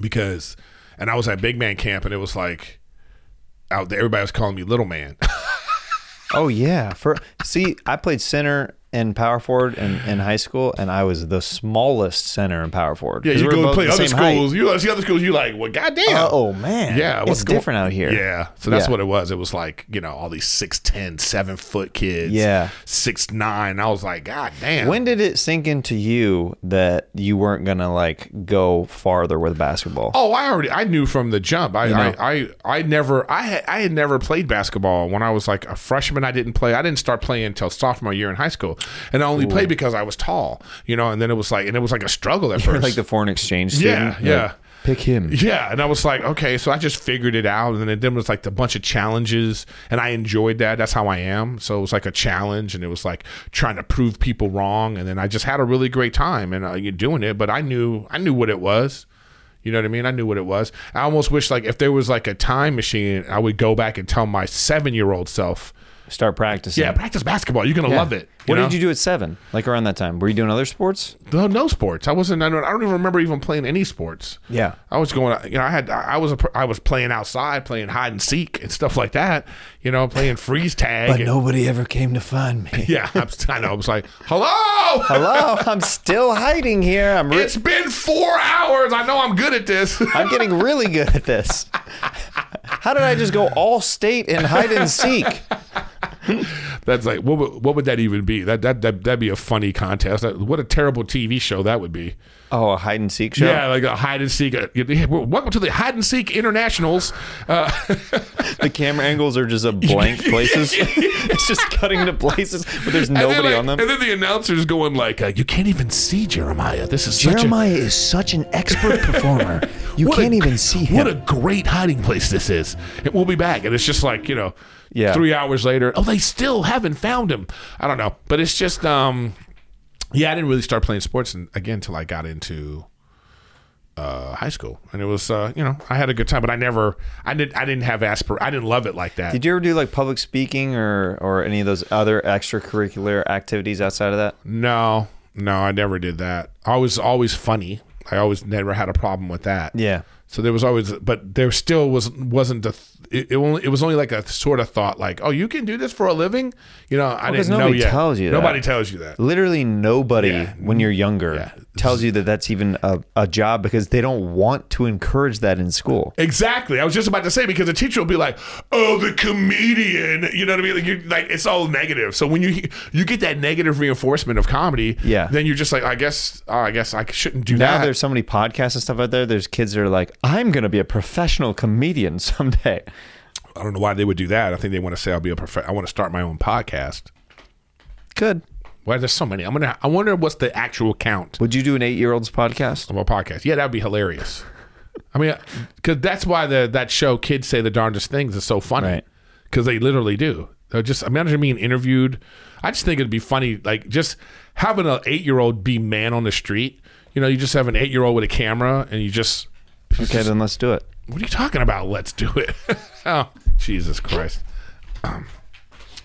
[SPEAKER 1] because, and I was at big man camp, and it was like out there, everybody was calling me little man.
[SPEAKER 7] Oh yeah. For see, I played center and power forward in, in high school, and I was the smallest center and power forward.
[SPEAKER 1] yeah,
[SPEAKER 7] 'Cause
[SPEAKER 1] you
[SPEAKER 7] we're
[SPEAKER 1] go
[SPEAKER 7] both
[SPEAKER 1] play
[SPEAKER 7] the
[SPEAKER 1] other
[SPEAKER 7] same height.
[SPEAKER 1] schools. You see other schools, you like, well, goddamn.
[SPEAKER 7] Oh man.
[SPEAKER 1] Yeah,
[SPEAKER 7] it's
[SPEAKER 1] what's going-
[SPEAKER 7] different out here.
[SPEAKER 1] Yeah, so that's
[SPEAKER 7] Yeah.
[SPEAKER 1] what it was. It was like you know all these 6'10", 7 foot kids.
[SPEAKER 7] Yeah.
[SPEAKER 1] six nine. I was like, god damn.
[SPEAKER 7] When did it sink into you that you weren't gonna like go farther with basketball?
[SPEAKER 1] Oh, I already I knew from the jump. I I, I I never I had I had never played basketball when I was like a freshman. I didn't play. I didn't start playing until sophomore year in high school, and I only played because I was tall, you know. And then it was like and it was like a struggle at first.
[SPEAKER 7] like the foreign exchange
[SPEAKER 1] Yeah,
[SPEAKER 7] student. You're
[SPEAKER 1] yeah.
[SPEAKER 7] like, Pick him.
[SPEAKER 1] yeah, and I was like, okay, so I just figured it out, and then it then was like a bunch of challenges, and I enjoyed that. That's how I am. So it was like a challenge, and it was like trying to prove people wrong, and then I just had a really great time, and uh, you're doing it. But I knew, I knew what it was. You know what I mean? I knew what it was. I almost wish like if there was like a time machine, I would go back and tell my seven year old self,
[SPEAKER 7] Start practicing.
[SPEAKER 1] yeah, practice basketball. You're gonna
[SPEAKER 7] Yeah.
[SPEAKER 1] love it.
[SPEAKER 7] what did you do at seven? Like around that time? Were you doing other sports?
[SPEAKER 1] No, no sports. I wasn't. I don't, I don't even remember even playing any sports.
[SPEAKER 7] Yeah.
[SPEAKER 1] I was going. You know, I had. I was. A, pr- I was playing outside, playing hide and seek and stuff like that. You know, playing freeze tag. and-
[SPEAKER 7] nobody ever came to find me.
[SPEAKER 1] Yeah, I'm, I know. I was like, hello.
[SPEAKER 7] Hello, I'm still hiding here. I'm re-
[SPEAKER 1] It's been four hours. I know I'm good at this.
[SPEAKER 7] I'm getting really good at this. How did I just go all state and hide and seek?
[SPEAKER 1] That's like what? Would, what would that even be? That that that that'd be a funny contest. That, what a terrible TV show that would be.
[SPEAKER 7] Oh, a hide and seek show.
[SPEAKER 1] Yeah, like a hide and seek. uh, yeah, Welcome to the hide and seek internationals. Uh,
[SPEAKER 7] The camera angles are just a blank places. it's just cutting to places, but there's
[SPEAKER 1] And then,
[SPEAKER 7] nobody
[SPEAKER 1] like-
[SPEAKER 7] on them.
[SPEAKER 1] And then the announcer's going like, uh, "You can't even see Jeremiah. This is
[SPEAKER 8] Jeremiah is such an expert performer. You
[SPEAKER 1] Such a, what a
[SPEAKER 8] can't
[SPEAKER 1] gr-
[SPEAKER 8] even see him.
[SPEAKER 1] What a great hiding place this is. And we'll be back." And it's just like you know,
[SPEAKER 7] Yeah.
[SPEAKER 1] three hours later. Oh, they still haven't found him. I don't know, but it's just um, yeah. I didn't really start playing sports and, again until I got into uh, high school, and it was uh, you know I had a good time, but I never I did I didn't have aspir I didn't love it like that.
[SPEAKER 7] Did you ever do like public speaking or or any of those other extracurricular activities outside of that?
[SPEAKER 1] No, no, I never did that. I was always funny. I always never had a problem with that.
[SPEAKER 7] Yeah.
[SPEAKER 1] So there was always, but there still was wasn't the. It, it only it was only like a sort of thought, like, oh, you can do this for a living. You know, I
[SPEAKER 7] 'cause
[SPEAKER 1] didn't know
[SPEAKER 7] nobody
[SPEAKER 1] yet.
[SPEAKER 7] tells you that.
[SPEAKER 1] nobody tells you that.
[SPEAKER 7] Literally nobody
[SPEAKER 1] Yeah.
[SPEAKER 7] when you're younger
[SPEAKER 1] Yeah.
[SPEAKER 7] tells you that that's even a, a job because they don't want to encourage that in school.
[SPEAKER 1] Exactly. I was just about to say because the teacher will be like, "Oh, the comedian," you know what I mean? Like, you like it's all negative. So when you you get that negative reinforcement of comedy,
[SPEAKER 7] Yeah.
[SPEAKER 1] then you're just like, "I guess, oh, I guess I shouldn't do
[SPEAKER 7] Now
[SPEAKER 1] that."
[SPEAKER 7] there's so many podcasts and stuff out there. There's kids that are like, I'm going to be a professional comedian someday.
[SPEAKER 1] I don't know why they would do that. I think they want to say I'll be a prof- I want to start my own podcast.
[SPEAKER 7] Good.
[SPEAKER 1] Why there's so many? I'm gonna. I wonder what's the actual count
[SPEAKER 7] Would you do an eight year old's podcast?
[SPEAKER 1] of a podcast. Yeah, that'd be hilarious. I mean, because that's why the that show "Kids Say the Darndest Things" is so funny
[SPEAKER 7] Right.
[SPEAKER 1] because they literally do. They're just imagine being interviewed. I just think it'd be funny, like just having an eight year old be man on the street. You know, you just have an eight year old with a camera, and you just
[SPEAKER 7] Okay, then let's do it.
[SPEAKER 1] what are you talking about? Let's do it. oh, Jesus Christ.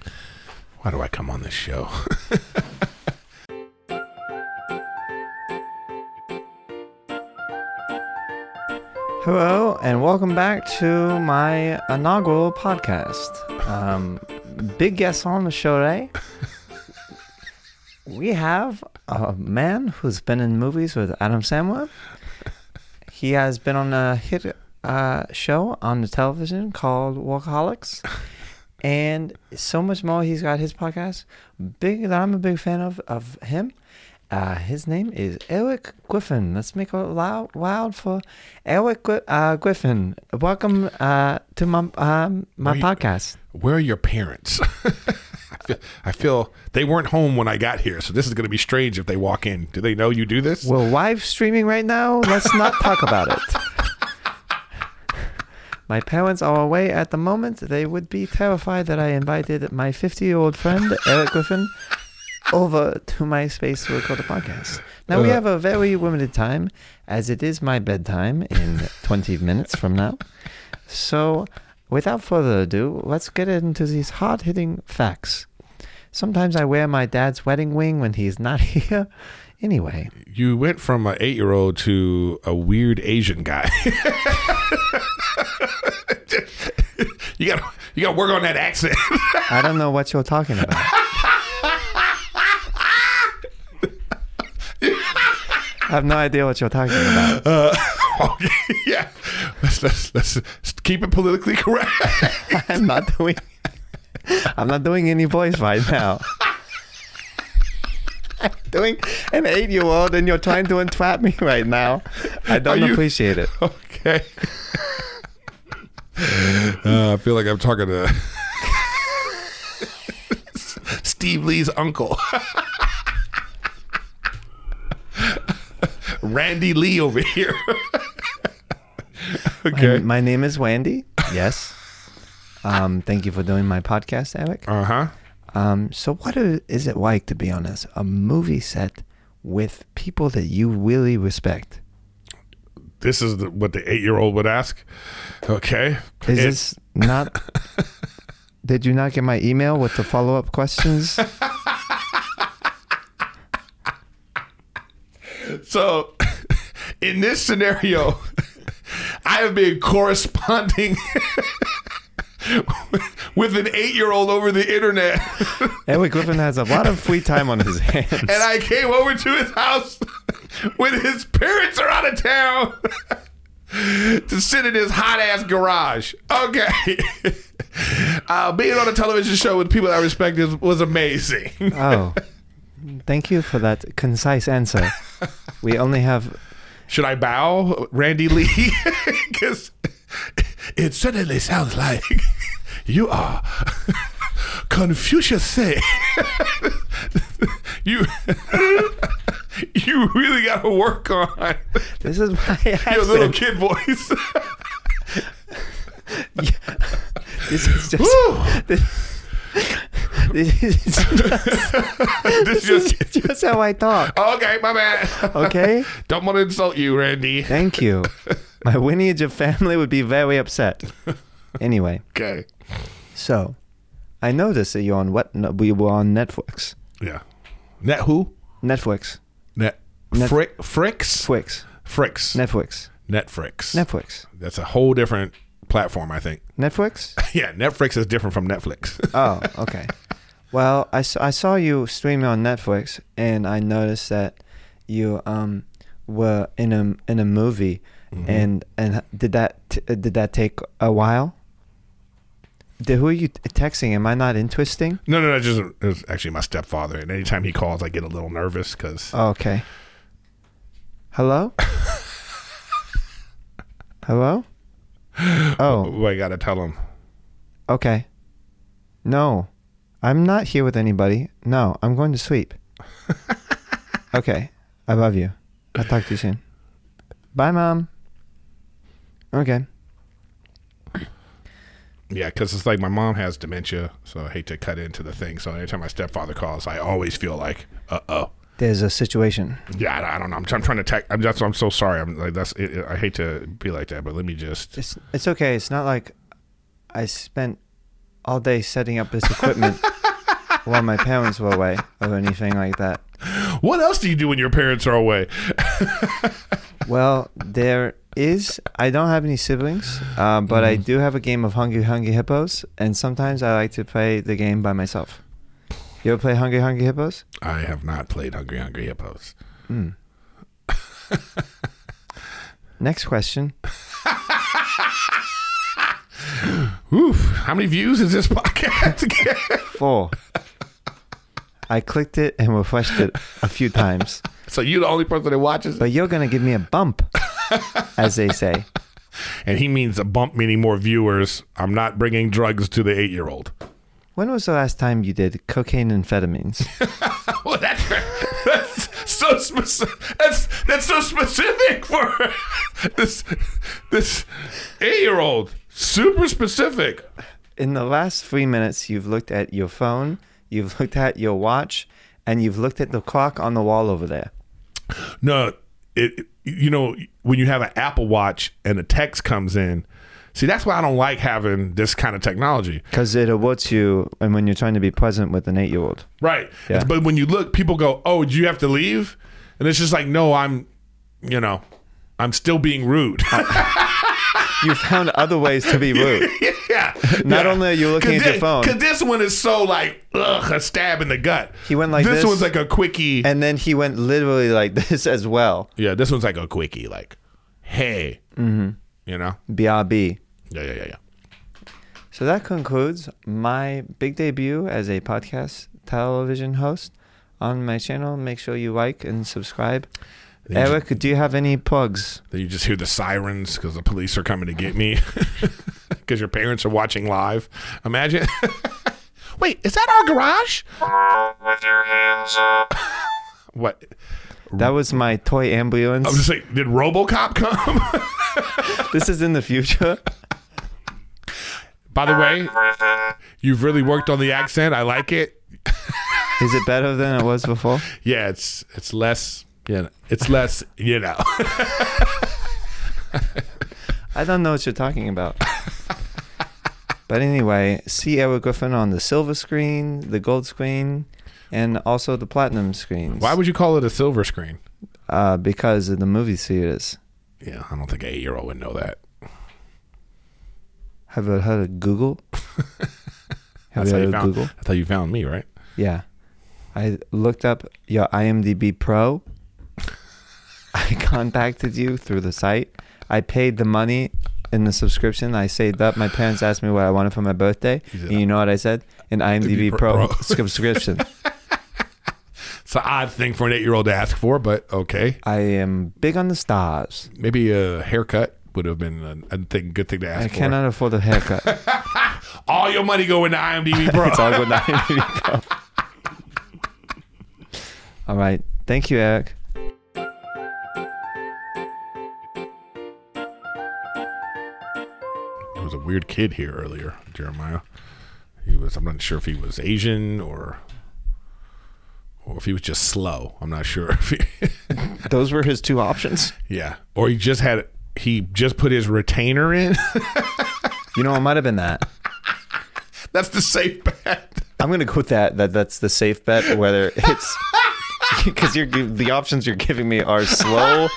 [SPEAKER 1] Um, why do I come on this show?
[SPEAKER 7] Hello, and welcome back to my inaugural podcast. Um, big guest on the show today. We have a man who's been in movies with Adam Sandler, He has been on a hit uh, show on the television called Workaholics, and so much more. He's got his podcast, big that I'm a big fan of of him. Uh, his name is Eric Griffin. Let's make it loud, wild for Eric Gri- uh, Griffin. Welcome uh, to my um, my
[SPEAKER 1] you-
[SPEAKER 7] podcast.
[SPEAKER 1] Where are your parents? I, feel, I feel they weren't home when I got here, so this is going to be strange if they walk in. Do they know you do this?
[SPEAKER 7] We're live streaming right now. Let's not talk about it. My parents are away at the moment. They would be terrified that I invited my 50 year old friend, Eric Griffin, over to my space to record a podcast. Now, we have a very limited time, as it is my bedtime in 20 minutes from now. So, without further ado, let's get into these hard hitting facts. Sometimes I wear my dad's wedding ring when he's not here. Anyway.
[SPEAKER 1] you went from an eight year old to a weird Asian guy. you got to you got to work on that accent.
[SPEAKER 7] I don't know what you're talking about. I have no idea what you're talking about.
[SPEAKER 1] okay, yeah, let's, let's let's keep it politically correct.
[SPEAKER 7] I'm not doing. I'm not doing any voice right now. I'm doing an eight-year-old, and you're trying to entrap me right now. I don't
[SPEAKER 1] you-
[SPEAKER 7] appreciate it.
[SPEAKER 1] okay. Uh, I feel like I'm talking to Steve Lee's uncle. Randy Lee over here. okay.
[SPEAKER 7] My name is Wendy. Yes. Um, thank you for doing my podcast, Eric.
[SPEAKER 1] Uh huh.
[SPEAKER 7] Um, so what i- is it like to be on this a movie set with people that you really respect?
[SPEAKER 1] This is the, what the eight year old would ask. Okay.
[SPEAKER 7] Is
[SPEAKER 1] It-
[SPEAKER 7] this not? did you not get my email with the follow up questions?
[SPEAKER 1] So, in this scenario, I have been corresponding with an eight year old over the internet,
[SPEAKER 7] Eric Griffin has a lot of free time on his hands.
[SPEAKER 1] and I came over to his house when his parents are out of town to sit in his hot ass garage. Okay. Uh, being on a television show with people I respect is, was amazing.
[SPEAKER 7] Oh, thank you for that concise answer. We only have.
[SPEAKER 1] Should I bow, Randy Lee? Because it suddenly sounds like you are Confucius say you you really got to work on
[SPEAKER 7] This is my
[SPEAKER 1] your little kid
[SPEAKER 7] accent.
[SPEAKER 1] voice.
[SPEAKER 7] This is just.
[SPEAKER 1] Woo!
[SPEAKER 7] This is just,
[SPEAKER 1] this
[SPEAKER 7] this
[SPEAKER 1] just
[SPEAKER 7] is just how I talk.
[SPEAKER 1] okay. My bad.
[SPEAKER 7] Okay.
[SPEAKER 1] Don't want to insult you, Randy.
[SPEAKER 7] Thank you. My lineage of family would be very upset. Anyway,
[SPEAKER 1] Okay.
[SPEAKER 7] so I noticed that you're on what? No, we were on Netflix.
[SPEAKER 1] Yeah. Net who?
[SPEAKER 7] Netflix.
[SPEAKER 1] Net.
[SPEAKER 7] Net-
[SPEAKER 1] Frick, Fricks?
[SPEAKER 7] Twix.
[SPEAKER 1] Fricks.
[SPEAKER 7] Netflix.
[SPEAKER 1] Netflix.
[SPEAKER 7] Netflix.
[SPEAKER 1] That's a whole different platform, I think.
[SPEAKER 7] Netflix?
[SPEAKER 1] Yeah, Netflix is different from Netflix.
[SPEAKER 7] Oh, okay. well, I, s- I saw you streaming on Netflix and I noticed that you um were in a in a movie and and did that t- uh, did that take a while? Did, who are you t- texting? Am I not interesting?
[SPEAKER 1] no, no, no. Just it was actually my stepfather, and anytime he calls, I get a little nervous because
[SPEAKER 7] Oh, okay. Hello? Hello? Oh.
[SPEAKER 1] I gotta tell him.
[SPEAKER 7] Okay. No, I'm not here with anybody. No, I'm going to sleep. okay. I love you. I'll talk to you soon. Bye, mom. Okay.
[SPEAKER 1] Yeah, because it's like my mom has dementia, so I hate to cut into the thing. So anytime my stepfather calls, I always feel like, uh oh.
[SPEAKER 7] There's a situation.
[SPEAKER 1] Yeah, I, I don't know. I'm, try- I'm trying to tech. I'm, that's, I'm so sorry. I'm like that's. It, it- I hate to be like that, but let me just.
[SPEAKER 7] It's it's okay. It's not like I spent all day setting up this equipment while my parents were away or anything like that.
[SPEAKER 1] What else do you do when your parents are away?
[SPEAKER 7] Well, there is. I don't have any siblings, uh, but I do have a game of Hungry Hungry Hippos, and sometimes I like to play the game by myself. You ever play Hungry Hungry Hippos?
[SPEAKER 1] I have not played Hungry Hungry Hippos.
[SPEAKER 7] Next question.
[SPEAKER 1] Oof. How many views is this podcast get?
[SPEAKER 7] Full. I clicked it and refreshed it a few times,
[SPEAKER 1] so you're the only person that watches it?
[SPEAKER 7] but you're gonna give me a bump, as they say.
[SPEAKER 1] And he means a bump, meaning more viewers. I'm not bringing drugs to the eight year old.
[SPEAKER 7] When was the last time you did cocaine and amphetamines?
[SPEAKER 1] Well, that's, that's so specific. That's that's so specific for this this eight year old. Super specific.
[SPEAKER 7] In the last three minutes, you've looked at your phone, you've looked at your watch, and you've looked at the clock on the wall over there.
[SPEAKER 1] No, it you know when you have an Apple Watch and a text comes in. See, that's why I don't like having this kind of technology.
[SPEAKER 7] Because it awards you, and when you're trying to be pleasant with an eight year old.
[SPEAKER 1] Right.
[SPEAKER 7] Yeah.
[SPEAKER 1] But when you look, people go, "Oh, do you have to leave?" And it's just like, "No, I'm, you know, I'm still being rude."
[SPEAKER 7] Uh, You found other ways to be rude.
[SPEAKER 1] yeah.
[SPEAKER 7] Not
[SPEAKER 1] Yeah.
[SPEAKER 7] only are you looking
[SPEAKER 1] Cause
[SPEAKER 7] at your
[SPEAKER 1] thi-
[SPEAKER 7] phone-
[SPEAKER 1] Cause this one is so like, ugh, a stab in the gut.
[SPEAKER 7] He went like this.
[SPEAKER 1] one's like a quickie.
[SPEAKER 7] And then he went literally like this as well.
[SPEAKER 1] yeah, this one's like a quickie. Like, hey,
[SPEAKER 7] Mm-hmm.
[SPEAKER 1] you know,
[SPEAKER 7] BRB.
[SPEAKER 1] yeah, yeah, yeah, yeah.
[SPEAKER 7] So that concludes my big debut as a podcast television host on my channel. Make sure you like and subscribe. Eric, do you have any plugs?
[SPEAKER 1] Then you just hear the sirens because the police are coming to get me. Because your parents are watching live. Imagine. Wait, is that our garage?
[SPEAKER 9] with your hands up.
[SPEAKER 1] What?
[SPEAKER 7] That was my toy ambulance.
[SPEAKER 1] I'm just like, did RoboCop come?
[SPEAKER 7] this is in the future.
[SPEAKER 1] By the way,
[SPEAKER 9] Griffin,
[SPEAKER 1] you've really worked on the accent. I like it.
[SPEAKER 7] Is it better than it was before?
[SPEAKER 1] Yeah, it's it's less. You know, it's less. You know.
[SPEAKER 7] I don't know what you're talking about. but anyway, see Eric Griffin on the silver screen, the gold screen, and also the platinum screens.
[SPEAKER 1] Why would you call it a silver screen?
[SPEAKER 7] uh, because of the movie theaters.
[SPEAKER 1] Yeah, I don't think an eight year old would know that.
[SPEAKER 7] Have you heard of Google? Have
[SPEAKER 1] That's how
[SPEAKER 7] you heard
[SPEAKER 1] you
[SPEAKER 7] of
[SPEAKER 1] found.
[SPEAKER 7] Google?
[SPEAKER 1] That's how you found me, right?
[SPEAKER 7] Yeah. I looked up your IMDb Pro. I contacted you through the site. I paid the money in the subscription. I saved up. My parents asked me what I wanted for my birthday.
[SPEAKER 1] said,
[SPEAKER 7] and you know what I said? An IMDb
[SPEAKER 1] Pro-
[SPEAKER 7] Pro,
[SPEAKER 1] Pro.
[SPEAKER 7] subscription.
[SPEAKER 1] It's an odd thing for an eight year old to ask for, but okay.
[SPEAKER 7] I am big on the stars.
[SPEAKER 1] Maybe a haircut would have been a, a thing, good thing to ask
[SPEAKER 7] I
[SPEAKER 1] for.
[SPEAKER 7] cannot afford a haircut.
[SPEAKER 1] All your money go into IMDb, bro.
[SPEAKER 7] it's all good on IMDb Pro. all right. Thank you, Eric.
[SPEAKER 1] there was a weird kid here earlier, Jeremiah. He was. I'm not sure if he was Asian or. Or if he was just slow, I'm not sure. If he,
[SPEAKER 7] Those were his two options.
[SPEAKER 1] yeah, or he just had he just put his retainer in.
[SPEAKER 7] You know, it might have been that.
[SPEAKER 1] That's the safe bet.
[SPEAKER 7] I'm gonna quote that. That that's the safe bet. Whether it's because you're gi- the options you're giving me are slow,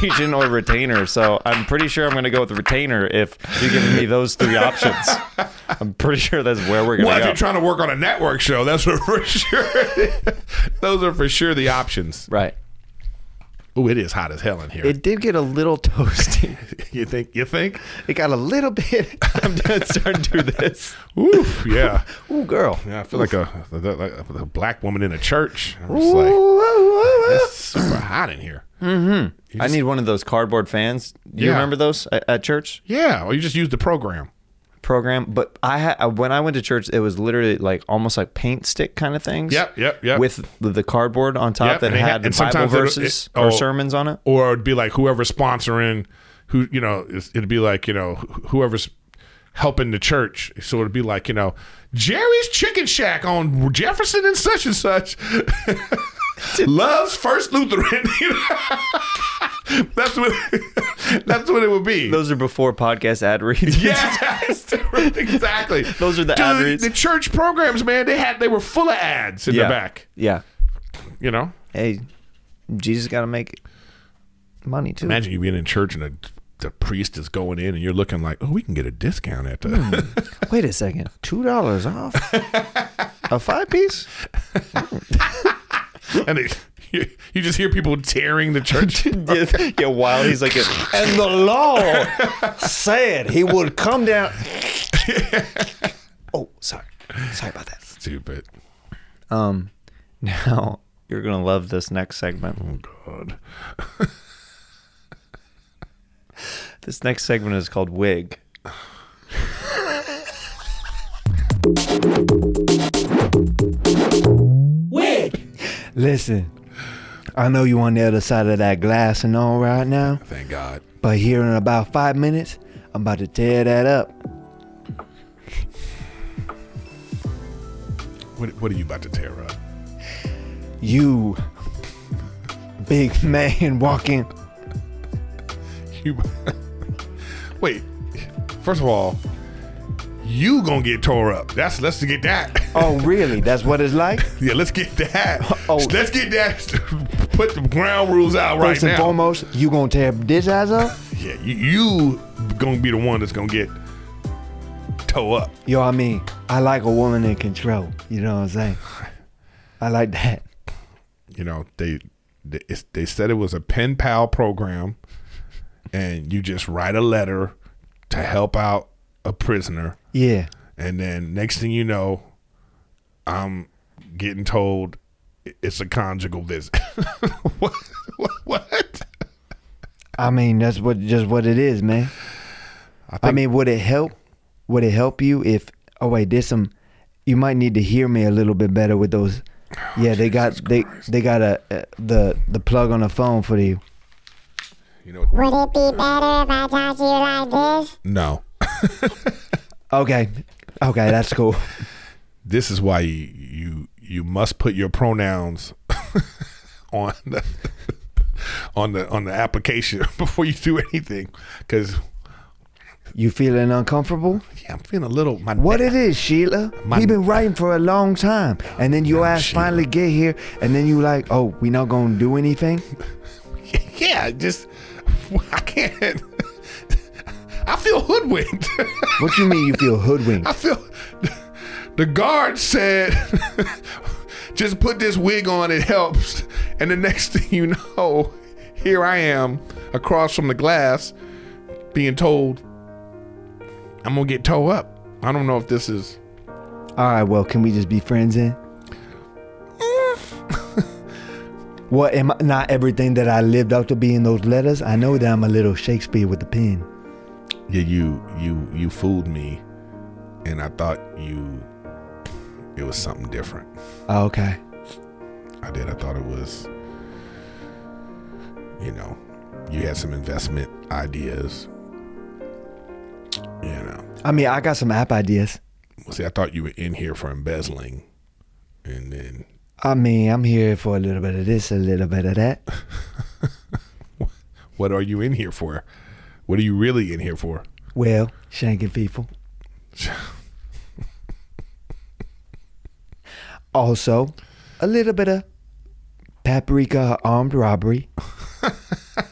[SPEAKER 7] Asian, or retainer. So I'm pretty sure I'm gonna go with retainer if you're giving me those three options. I'm pretty sure that's where we're gonna
[SPEAKER 1] Well, if
[SPEAKER 7] go.
[SPEAKER 1] you're trying to work on a network show, that's what for sure. Those are for sure the options.
[SPEAKER 7] right.
[SPEAKER 1] Oh, it is hot as hell in here.
[SPEAKER 7] It did get a little toasty.
[SPEAKER 1] you think? You think?
[SPEAKER 7] It got a little bit. I'm gonna start to do this.
[SPEAKER 1] Oof, yeah.
[SPEAKER 7] Ooh, girl.
[SPEAKER 1] yeah. I feel like a, like a black woman in a church. I'm just like, it's super hot in here.
[SPEAKER 7] I need one of those cardboard fans. You
[SPEAKER 1] Yeah.
[SPEAKER 7] remember those at, at church?
[SPEAKER 1] Yeah. Or you just use the program.
[SPEAKER 7] program, but I had when I went to church, it was literally like almost like paint stick kind of things.
[SPEAKER 1] Yep, yep, yep.
[SPEAKER 7] With the, the cardboard on top
[SPEAKER 1] Yep,
[SPEAKER 7] that
[SPEAKER 1] and they had-
[SPEAKER 7] had,
[SPEAKER 1] and
[SPEAKER 7] Bible
[SPEAKER 1] sometimes it'll-
[SPEAKER 7] verses
[SPEAKER 1] it- oh.
[SPEAKER 7] or sermons on it.
[SPEAKER 1] Or it'd be like whoever's sponsoring, who you know, it's- it'd be like you know wh- whoever's helping the church. So it'd be like you know Jerry's Chicken Shack on Jefferson and such and such. Loves First Lutheran. you know? that's what. that's what it would be.
[SPEAKER 7] Those are before podcast ad reads.
[SPEAKER 1] Yes, exactly.
[SPEAKER 7] Those are the ad reads.
[SPEAKER 1] The church programs, man, they had they were full of ads in
[SPEAKER 7] yeah.
[SPEAKER 1] the back.
[SPEAKER 7] Yeah.
[SPEAKER 1] You know,
[SPEAKER 7] Hey, Jesus got to make money too.
[SPEAKER 1] imagine you being in church and a, the priest is going in, and you're looking like, oh, we can get a discount at the.
[SPEAKER 7] Wait a second, two dollars off a five piece.
[SPEAKER 1] Hmm. and it, you, you just hear people tearing the church.
[SPEAKER 10] yeah, yeah, while he's like, and the law said he would come down. oh, sorry, sorry about that.
[SPEAKER 1] Stupid.
[SPEAKER 10] Um, now you're gonna love this next segment.
[SPEAKER 1] Oh God.
[SPEAKER 10] This next segment is called Wig. Wig. Listen, I know you on the other side of that glass and all right now,
[SPEAKER 1] Thank God.
[SPEAKER 10] but here in about five minutes, I'm about to tear that up.
[SPEAKER 1] What, what are you about to tear up?
[SPEAKER 10] You, big man, walking.
[SPEAKER 1] You. Wait. First of all, you gonna get tore up. That's let's get that.
[SPEAKER 10] Oh, really? That's what it's like?
[SPEAKER 1] yeah, let's get that.
[SPEAKER 10] Oh.
[SPEAKER 1] Let's get that. Put the ground rules out right
[SPEAKER 10] First and
[SPEAKER 1] now.
[SPEAKER 10] foremost, you gonna tear this ass up?
[SPEAKER 1] Yeah, you, you gonna be the one that's gonna get toe up.
[SPEAKER 10] Yo, I mean, I like a woman in control. You know what I'm saying? I like that.
[SPEAKER 1] You know they they, it's, they said it was a pen pal program, and you just write a letter to help out a prisoner,
[SPEAKER 10] Yeah.
[SPEAKER 1] and then next thing you know, I'm getting told i- it's a conjugal visit. what? What? what?
[SPEAKER 10] I mean, that's what just what it is, man. I, mean, would it help? Would it help you if? Oh wait, there's some. You might need to hear me a little bit better with those.
[SPEAKER 1] Oh,
[SPEAKER 10] yeah, they got they they got a uh, the the plug on the phone for you.
[SPEAKER 1] You know?
[SPEAKER 11] Would it be better if I talked to you like this?
[SPEAKER 1] No.
[SPEAKER 10] Okay, okay, that's cool.
[SPEAKER 1] This is why you you, you must put your pronouns on the on the on the application before you do anything because
[SPEAKER 10] You feeling uncomfortable?
[SPEAKER 1] yeah, I'm feeling a little my
[SPEAKER 10] What it is, Sheila?
[SPEAKER 1] My-
[SPEAKER 10] we been writing for a long time, and then your ass
[SPEAKER 1] Sheila.
[SPEAKER 10] finally get here, and then you like, oh, we not gonna do anything?
[SPEAKER 1] yeah just I can't I feel hoodwinked
[SPEAKER 10] What you mean you feel hoodwinked?
[SPEAKER 1] I feel the guard said just put this wig on it helps and the next thing you know here I am across from the glass being told I'm gonna get toe up I don't know if this is
[SPEAKER 10] All right, well, can we just be friends then? Eh. what am I, not everything that I lived out to be in those letters? I know that I'm a little Shakespeare with the pen.
[SPEAKER 1] yeah you you you fooled me and I thought you it was something different
[SPEAKER 10] Oh, okay.
[SPEAKER 1] I did. I thought it was, you know, you had some investment ideas. You know,
[SPEAKER 10] I mean, I got some app ideas.
[SPEAKER 1] Well, see, I thought you were in here for embezzling, and then
[SPEAKER 10] I mean, I'm here for a little bit of this, a little bit of that.
[SPEAKER 1] what are you in here for? What are you really in here for?
[SPEAKER 10] Well, shanking people. also, a little bit of paprika armed robbery.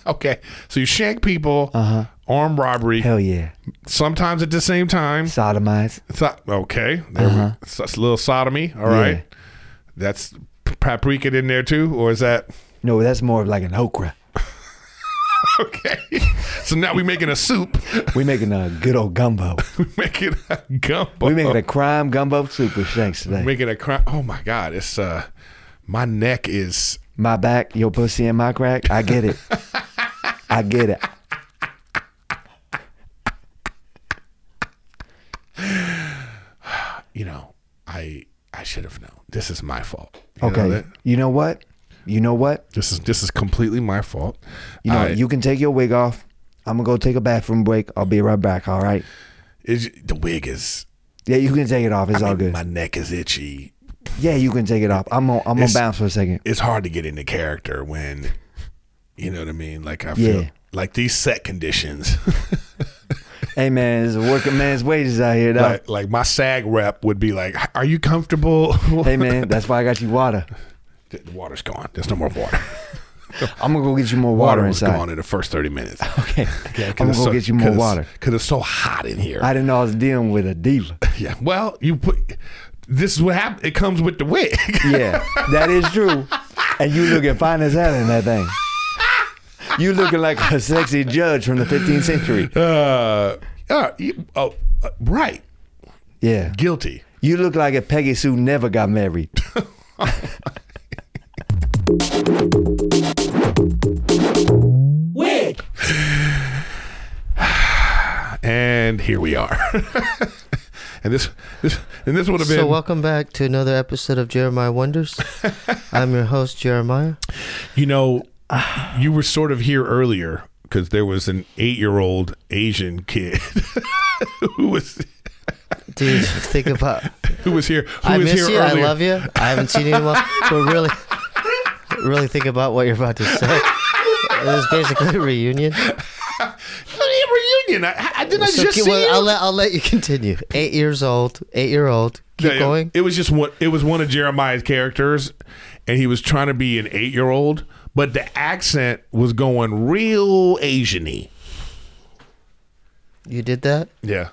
[SPEAKER 1] Okay, so you shank people, uh-huh. armed robbery,
[SPEAKER 10] Hell yeah.
[SPEAKER 1] sometimes at the same time.
[SPEAKER 10] Sodomize.
[SPEAKER 1] So- okay, there we, it's it's a little sodomy. All
[SPEAKER 10] Uh-huh. Yeah.
[SPEAKER 1] right, that's p- paprika in there too, or is that?
[SPEAKER 10] No, that's more of like an okra.
[SPEAKER 1] Okay, so now we're making a soup.
[SPEAKER 10] We making a good old gumbo.
[SPEAKER 1] We make it a gumbo.
[SPEAKER 10] We making a crime gumbo soup with shanks today.
[SPEAKER 1] Make it a crime. Oh my God! It's uh, my neck is
[SPEAKER 10] My back, your pussy, and my crack. I get it. I get it.
[SPEAKER 1] you know I I should have known. This is my fault. You know
[SPEAKER 10] Okay.
[SPEAKER 1] that?
[SPEAKER 10] You know what? You know what?
[SPEAKER 1] This is this is completely my fault.
[SPEAKER 10] You know
[SPEAKER 1] I-
[SPEAKER 10] you can take your wig off. I'm gonna go take a bathroom break. I'll be right back. All right.
[SPEAKER 1] it's, the wig is.
[SPEAKER 10] Yeah, you can take it off. It's all good.
[SPEAKER 1] My neck is itchy.
[SPEAKER 10] Yeah, you can take it off. I'm gonna I'm gonna
[SPEAKER 1] It's-
[SPEAKER 10] bounce for a second.
[SPEAKER 1] It's hard to get into character when, you know what I mean. Like I feel
[SPEAKER 10] Yeah.
[SPEAKER 1] like these set conditions.
[SPEAKER 10] Hey man, it's a working man's wages out here, though.
[SPEAKER 1] like like my sag rep would be like, "Are you comfortable?"
[SPEAKER 10] Hey man, that's why I got you water.
[SPEAKER 1] the water's gone. There's no more water.
[SPEAKER 10] I'm gonna go get you more water,
[SPEAKER 1] Water was
[SPEAKER 10] inside.
[SPEAKER 1] gone in the first thirty minutes.
[SPEAKER 10] Okay. I'm gonna go get you more water.
[SPEAKER 1] Because it's so hot in here.
[SPEAKER 10] I didn't know I was dealing with a dealer.
[SPEAKER 1] yeah. Well, you put. This is what happens. It comes with the wig.
[SPEAKER 10] Yeah, that is true.
[SPEAKER 2] and you looking fine as hell in that thing. You looking like a sexy judge from the 15th century.
[SPEAKER 1] Uh, uh, you- oh, uh, right.
[SPEAKER 2] Yeah.
[SPEAKER 1] Guilty.
[SPEAKER 2] You look like if Peggy Sue never got married.
[SPEAKER 1] And here we are. and this, this, and this would have been.
[SPEAKER 12] So welcome back to another episode of Jeremiah Wonders. I'm your host Jeremiah.
[SPEAKER 1] You know, you were sort of here earlier because there was an eight-year-old Asian kid who was
[SPEAKER 12] Dude, think about
[SPEAKER 1] who was here. Who
[SPEAKER 12] I
[SPEAKER 1] was
[SPEAKER 12] miss
[SPEAKER 1] here
[SPEAKER 12] you. I
[SPEAKER 1] earlier.
[SPEAKER 12] love you. I haven't seen you in a while. But really, really think about what you're about to say. It was basically a reunion.
[SPEAKER 1] Honey, reunion. I, I- I didn't I
[SPEAKER 12] So
[SPEAKER 1] just
[SPEAKER 12] keep-
[SPEAKER 1] see
[SPEAKER 12] well,
[SPEAKER 1] you?
[SPEAKER 12] I'll, let, I'll let you continue. Eight years old. Eight year old. Keep
[SPEAKER 1] Yeah, yeah.
[SPEAKER 12] going.
[SPEAKER 1] It was just one. It was one of Jeremiah's characters, and he was trying to be an eight-year-old, but the accent was going real Asian-y.
[SPEAKER 12] You did that.
[SPEAKER 1] Yeah.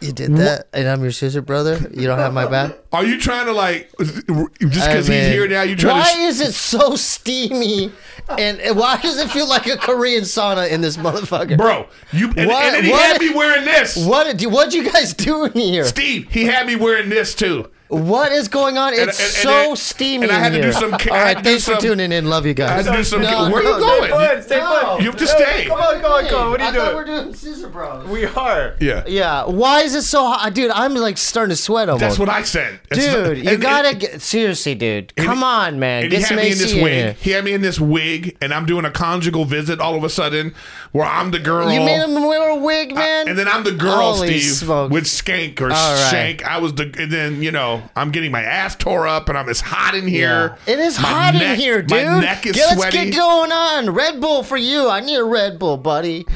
[SPEAKER 12] You did that. And I'm your sister brother. You don't have my back.
[SPEAKER 1] Are you trying to like just
[SPEAKER 12] I
[SPEAKER 1] because he's
[SPEAKER 12] mean,
[SPEAKER 1] here now? You trying
[SPEAKER 12] Why
[SPEAKER 1] to?
[SPEAKER 12] is it so steamy? And, and why does it feel like a Korean sauna in this motherfucker?
[SPEAKER 1] Bro, you and,
[SPEAKER 12] Why-
[SPEAKER 1] and then he
[SPEAKER 12] why-
[SPEAKER 1] had me wearing this.
[SPEAKER 12] What did you, what'd you guys do in here?
[SPEAKER 1] Steve, he had me wearing this too.
[SPEAKER 12] What is going on? It's
[SPEAKER 1] And- and- and
[SPEAKER 12] so
[SPEAKER 1] it-
[SPEAKER 12] steamy.
[SPEAKER 1] and I
[SPEAKER 12] in
[SPEAKER 1] had to do
[SPEAKER 12] here.
[SPEAKER 1] some- I
[SPEAKER 12] All
[SPEAKER 1] had
[SPEAKER 12] right,
[SPEAKER 1] to do
[SPEAKER 12] thanks
[SPEAKER 1] some-
[SPEAKER 12] for tuning in. Love you
[SPEAKER 1] I
[SPEAKER 12] guys.
[SPEAKER 1] had to do some.
[SPEAKER 12] No,
[SPEAKER 1] where
[SPEAKER 12] no,
[SPEAKER 1] you going?
[SPEAKER 7] Put, stay put.
[SPEAKER 1] You have to stay.
[SPEAKER 7] Come on, come on, come on. What are you
[SPEAKER 12] I
[SPEAKER 7] doing?
[SPEAKER 12] thought we're doing Scissor Bros.
[SPEAKER 7] we are.
[SPEAKER 1] Yeah.
[SPEAKER 12] yeah. Why is it so hot, dude? I'm like starting to sweat almost.
[SPEAKER 1] That's what I said. It's not-
[SPEAKER 12] dude, you
[SPEAKER 1] and-
[SPEAKER 12] gotta
[SPEAKER 1] and-
[SPEAKER 12] get seriously, dude.
[SPEAKER 1] and-
[SPEAKER 12] Come on, man.
[SPEAKER 1] And he
[SPEAKER 12] Get
[SPEAKER 1] had
[SPEAKER 12] some
[SPEAKER 1] me in this
[SPEAKER 12] AC in
[SPEAKER 1] wig.
[SPEAKER 12] here.
[SPEAKER 1] He had me in this wig, and I'm doing a conjugal visit all of a sudden, where I'm the girl.
[SPEAKER 12] You made him wear a wig, man.
[SPEAKER 1] Oh. and then I'm the girl,
[SPEAKER 12] Holy
[SPEAKER 1] Steve,
[SPEAKER 12] smokes.
[SPEAKER 1] with skank or
[SPEAKER 12] All right.
[SPEAKER 1] shank. I was the, and then you know I'm getting my ass tore up, and I'm it's hot in here.
[SPEAKER 12] It is
[SPEAKER 1] My
[SPEAKER 12] hot
[SPEAKER 1] neck-
[SPEAKER 12] in here, dude.
[SPEAKER 1] My neck is
[SPEAKER 12] Yeah, let's
[SPEAKER 1] sweaty.
[SPEAKER 12] get going on. Red Bull for you. I need a Red Bull, buddy.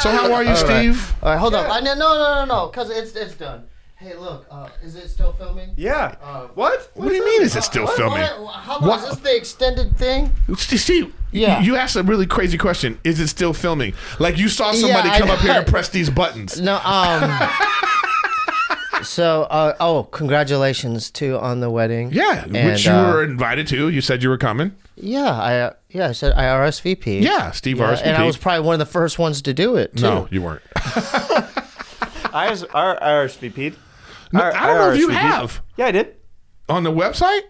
[SPEAKER 1] So how are you, Steve?
[SPEAKER 12] All right, hold up. I, no, no, no, no, no, because it's it's done. Hey, look, uh, is it still filming? Uh,
[SPEAKER 7] Yeah. what?
[SPEAKER 1] What do you mean? Is it still
[SPEAKER 12] What-
[SPEAKER 1] filming?
[SPEAKER 12] What, how long
[SPEAKER 1] What-
[SPEAKER 12] is this the extended thing?
[SPEAKER 1] Steve, Steve,
[SPEAKER 12] Yeah.
[SPEAKER 1] you asked a really crazy question. Is it still filming? Like you saw somebody
[SPEAKER 12] Yeah, I
[SPEAKER 1] come up here and
[SPEAKER 12] know.
[SPEAKER 1] press these buttons.
[SPEAKER 12] No, um. so, uh, oh, congratulations too on the wedding.
[SPEAKER 1] Yeah,
[SPEAKER 12] And,
[SPEAKER 1] which you
[SPEAKER 12] uh,
[SPEAKER 1] were invited to. You said you were coming.
[SPEAKER 12] Yeah, I uh, yeah I said I RSVP.
[SPEAKER 1] Yeah, Steve RSVP.
[SPEAKER 12] and I was probably one of the first ones to do it. Too.
[SPEAKER 1] no, you weren't.
[SPEAKER 7] I, was, I, I RSVP'd.
[SPEAKER 1] No, I don't know if you
[SPEAKER 7] RSVP'd.
[SPEAKER 1] have
[SPEAKER 7] Yeah, I did.
[SPEAKER 1] on the website.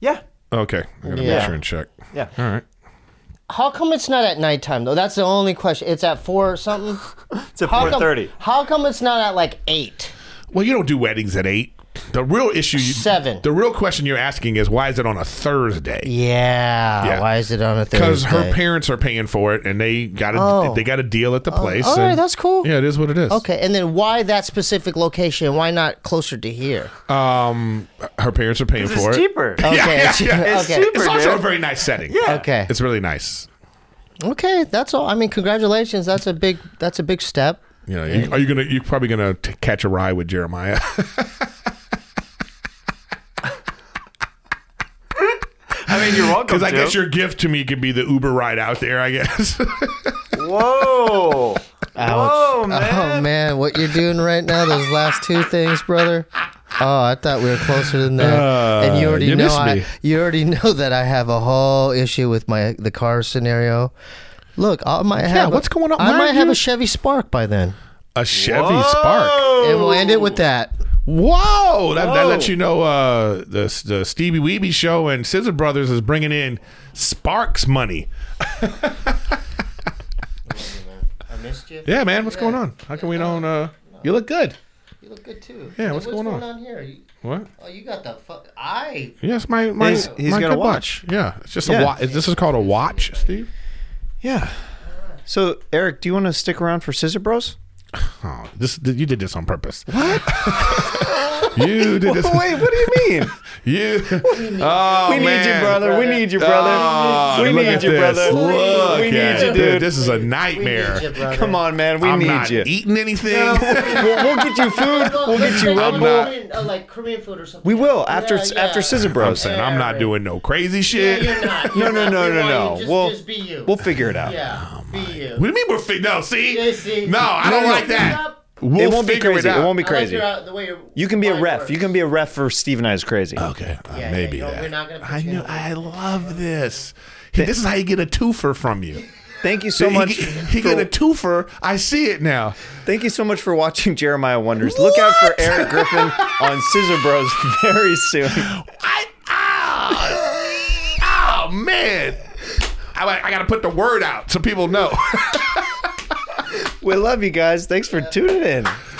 [SPEAKER 7] Yeah.
[SPEAKER 1] Okay, I'm gonna make
[SPEAKER 12] Yeah.
[SPEAKER 1] sure and check.
[SPEAKER 7] Yeah.
[SPEAKER 1] All right.
[SPEAKER 12] How come it's not at nighttime though? That's the only question. It's at four something.
[SPEAKER 7] It's at
[SPEAKER 12] How come-
[SPEAKER 7] 4.30.
[SPEAKER 12] How come it's not at like eight?
[SPEAKER 1] Well, you don't do weddings at eight. The real issue, you,
[SPEAKER 12] Seven.
[SPEAKER 1] The real question you're asking is why is it on a Thursday?
[SPEAKER 12] Yeah.
[SPEAKER 1] Yeah.
[SPEAKER 12] Why is it on a Thursday?
[SPEAKER 1] Because her parents are paying for it, and they got a
[SPEAKER 12] Oh.
[SPEAKER 1] they got a deal at the place.
[SPEAKER 12] all right,
[SPEAKER 1] and-
[SPEAKER 12] that's cool.
[SPEAKER 1] Yeah, it is what it is.
[SPEAKER 12] Okay, and then why that specific location? Why not closer to here?
[SPEAKER 1] Um, her parents are paying for
[SPEAKER 7] It's
[SPEAKER 1] it.
[SPEAKER 7] cheaper.
[SPEAKER 12] Okay.
[SPEAKER 1] yeah, yeah.
[SPEAKER 7] It's
[SPEAKER 12] Okay.
[SPEAKER 7] cheaper,
[SPEAKER 1] It's also
[SPEAKER 7] dude.
[SPEAKER 1] a very nice setting.
[SPEAKER 7] Yeah.
[SPEAKER 12] Okay.
[SPEAKER 1] it's really nice.
[SPEAKER 12] Okay, that's all. I mean, congratulations. That's a big. That's a big step.
[SPEAKER 1] You know, you, are you gonna? You're probably gonna t- catch a ride with Jeremiah.
[SPEAKER 7] I mean, you're welcome
[SPEAKER 1] Because I
[SPEAKER 7] to.
[SPEAKER 1] guess your gift to me could be the Uber ride out there. I guess.
[SPEAKER 7] Whoa. Whoa, man.
[SPEAKER 12] Oh man, what you're doing right now? Those last two things, brother. Oh, I thought we were closer than that, and you already
[SPEAKER 1] Uh, you
[SPEAKER 12] know.
[SPEAKER 1] missed
[SPEAKER 12] I,
[SPEAKER 1] me.
[SPEAKER 12] you already know that I have a whole issue with my the car scenario. Look, I might have.
[SPEAKER 1] what's going on?
[SPEAKER 12] I
[SPEAKER 1] Why
[SPEAKER 12] might
[SPEAKER 1] are
[SPEAKER 12] have
[SPEAKER 1] you-
[SPEAKER 12] a Chevy Spark by then,
[SPEAKER 1] a Chevy Spark.
[SPEAKER 12] and we'll end it with that.
[SPEAKER 1] Whoa! That, that
[SPEAKER 7] Whoa.
[SPEAKER 1] lets you know uh, the the Stevie Weeby show and Scissor Brothers is bringing in Sparks money.
[SPEAKER 12] I missed you.
[SPEAKER 1] Yeah, man, what's going on? How can we don't? Uh, you look good.
[SPEAKER 12] You look good too.
[SPEAKER 1] Yeah, what's going on?
[SPEAKER 12] here? You-
[SPEAKER 1] What?
[SPEAKER 12] oh, you got the fuck. I
[SPEAKER 1] Yes, my my
[SPEAKER 2] He's- he's
[SPEAKER 1] my
[SPEAKER 2] got a
[SPEAKER 1] good
[SPEAKER 2] watch.
[SPEAKER 1] Yeah, it's just
[SPEAKER 2] Yeah.
[SPEAKER 1] a watch. This is called a watch, Steve.
[SPEAKER 2] Yeah. So, Eric, do you want to stick around for Scissor Bros?
[SPEAKER 1] Oh, this you did this on purpose. What? you did this.
[SPEAKER 2] Wait, what do you mean?
[SPEAKER 1] You.
[SPEAKER 7] Oh,
[SPEAKER 2] we need you,
[SPEAKER 1] man.
[SPEAKER 2] brother. We need you,
[SPEAKER 1] Oh,
[SPEAKER 2] brother. we
[SPEAKER 1] look
[SPEAKER 2] need
[SPEAKER 1] at
[SPEAKER 2] you,
[SPEAKER 1] this.
[SPEAKER 2] brother.
[SPEAKER 1] Look
[SPEAKER 2] we need
[SPEAKER 1] at
[SPEAKER 2] you,
[SPEAKER 1] it.
[SPEAKER 2] dude.
[SPEAKER 1] This is a nightmare.
[SPEAKER 12] brother.
[SPEAKER 2] Come on, man. We
[SPEAKER 1] I'm
[SPEAKER 2] need
[SPEAKER 1] not
[SPEAKER 7] e-
[SPEAKER 2] you.
[SPEAKER 1] eating anything.
[SPEAKER 2] we'll, we'll get you food. We'll get you Red
[SPEAKER 1] I'm
[SPEAKER 2] Bull.
[SPEAKER 1] not-
[SPEAKER 12] uh, like Korean food or something.
[SPEAKER 2] We will after
[SPEAKER 12] Yeah, yeah.
[SPEAKER 2] after Scissor
[SPEAKER 1] I'm
[SPEAKER 2] Bros.
[SPEAKER 1] saying I'm not doing no crazy shit.
[SPEAKER 12] not.
[SPEAKER 2] No, no, no, no, no. We'll we'll Oh figure it out.
[SPEAKER 12] Yeah, be you.
[SPEAKER 1] What do you mean we're fi- no? See,
[SPEAKER 12] Yeah, see.
[SPEAKER 1] no, I
[SPEAKER 12] No,
[SPEAKER 1] don't
[SPEAKER 12] no.
[SPEAKER 1] like that.
[SPEAKER 12] Stop.
[SPEAKER 1] We'll
[SPEAKER 7] it won't be
[SPEAKER 1] figure it
[SPEAKER 7] crazy. It,
[SPEAKER 1] out.
[SPEAKER 7] won't be
[SPEAKER 12] I like
[SPEAKER 7] crazy.
[SPEAKER 12] your, uh, the way your
[SPEAKER 7] you can be a
[SPEAKER 12] mind
[SPEAKER 7] ref.
[SPEAKER 12] works.
[SPEAKER 7] You can be a ref for Steve and I's crazy.
[SPEAKER 2] Oh,
[SPEAKER 1] Okay, uh,
[SPEAKER 12] Yeah,
[SPEAKER 1] maybe
[SPEAKER 12] yeah, you don't-
[SPEAKER 1] that.
[SPEAKER 12] we're not gonna put
[SPEAKER 1] I
[SPEAKER 12] you
[SPEAKER 1] know.
[SPEAKER 12] in.
[SPEAKER 1] I love this. Hey, this is how you get a twofer from you.
[SPEAKER 7] Thank you so
[SPEAKER 1] he,
[SPEAKER 7] much.
[SPEAKER 1] He, he
[SPEAKER 7] for-
[SPEAKER 1] get a twofer. I see it now.
[SPEAKER 7] Thank you so much for watching Jeremiah Wonders. Look out for Eric Griffin on Scissor Bros very soon.
[SPEAKER 1] I ah, oh man. I, I got to put the word out so people know.
[SPEAKER 7] We love you guys. Thanks for tuning in.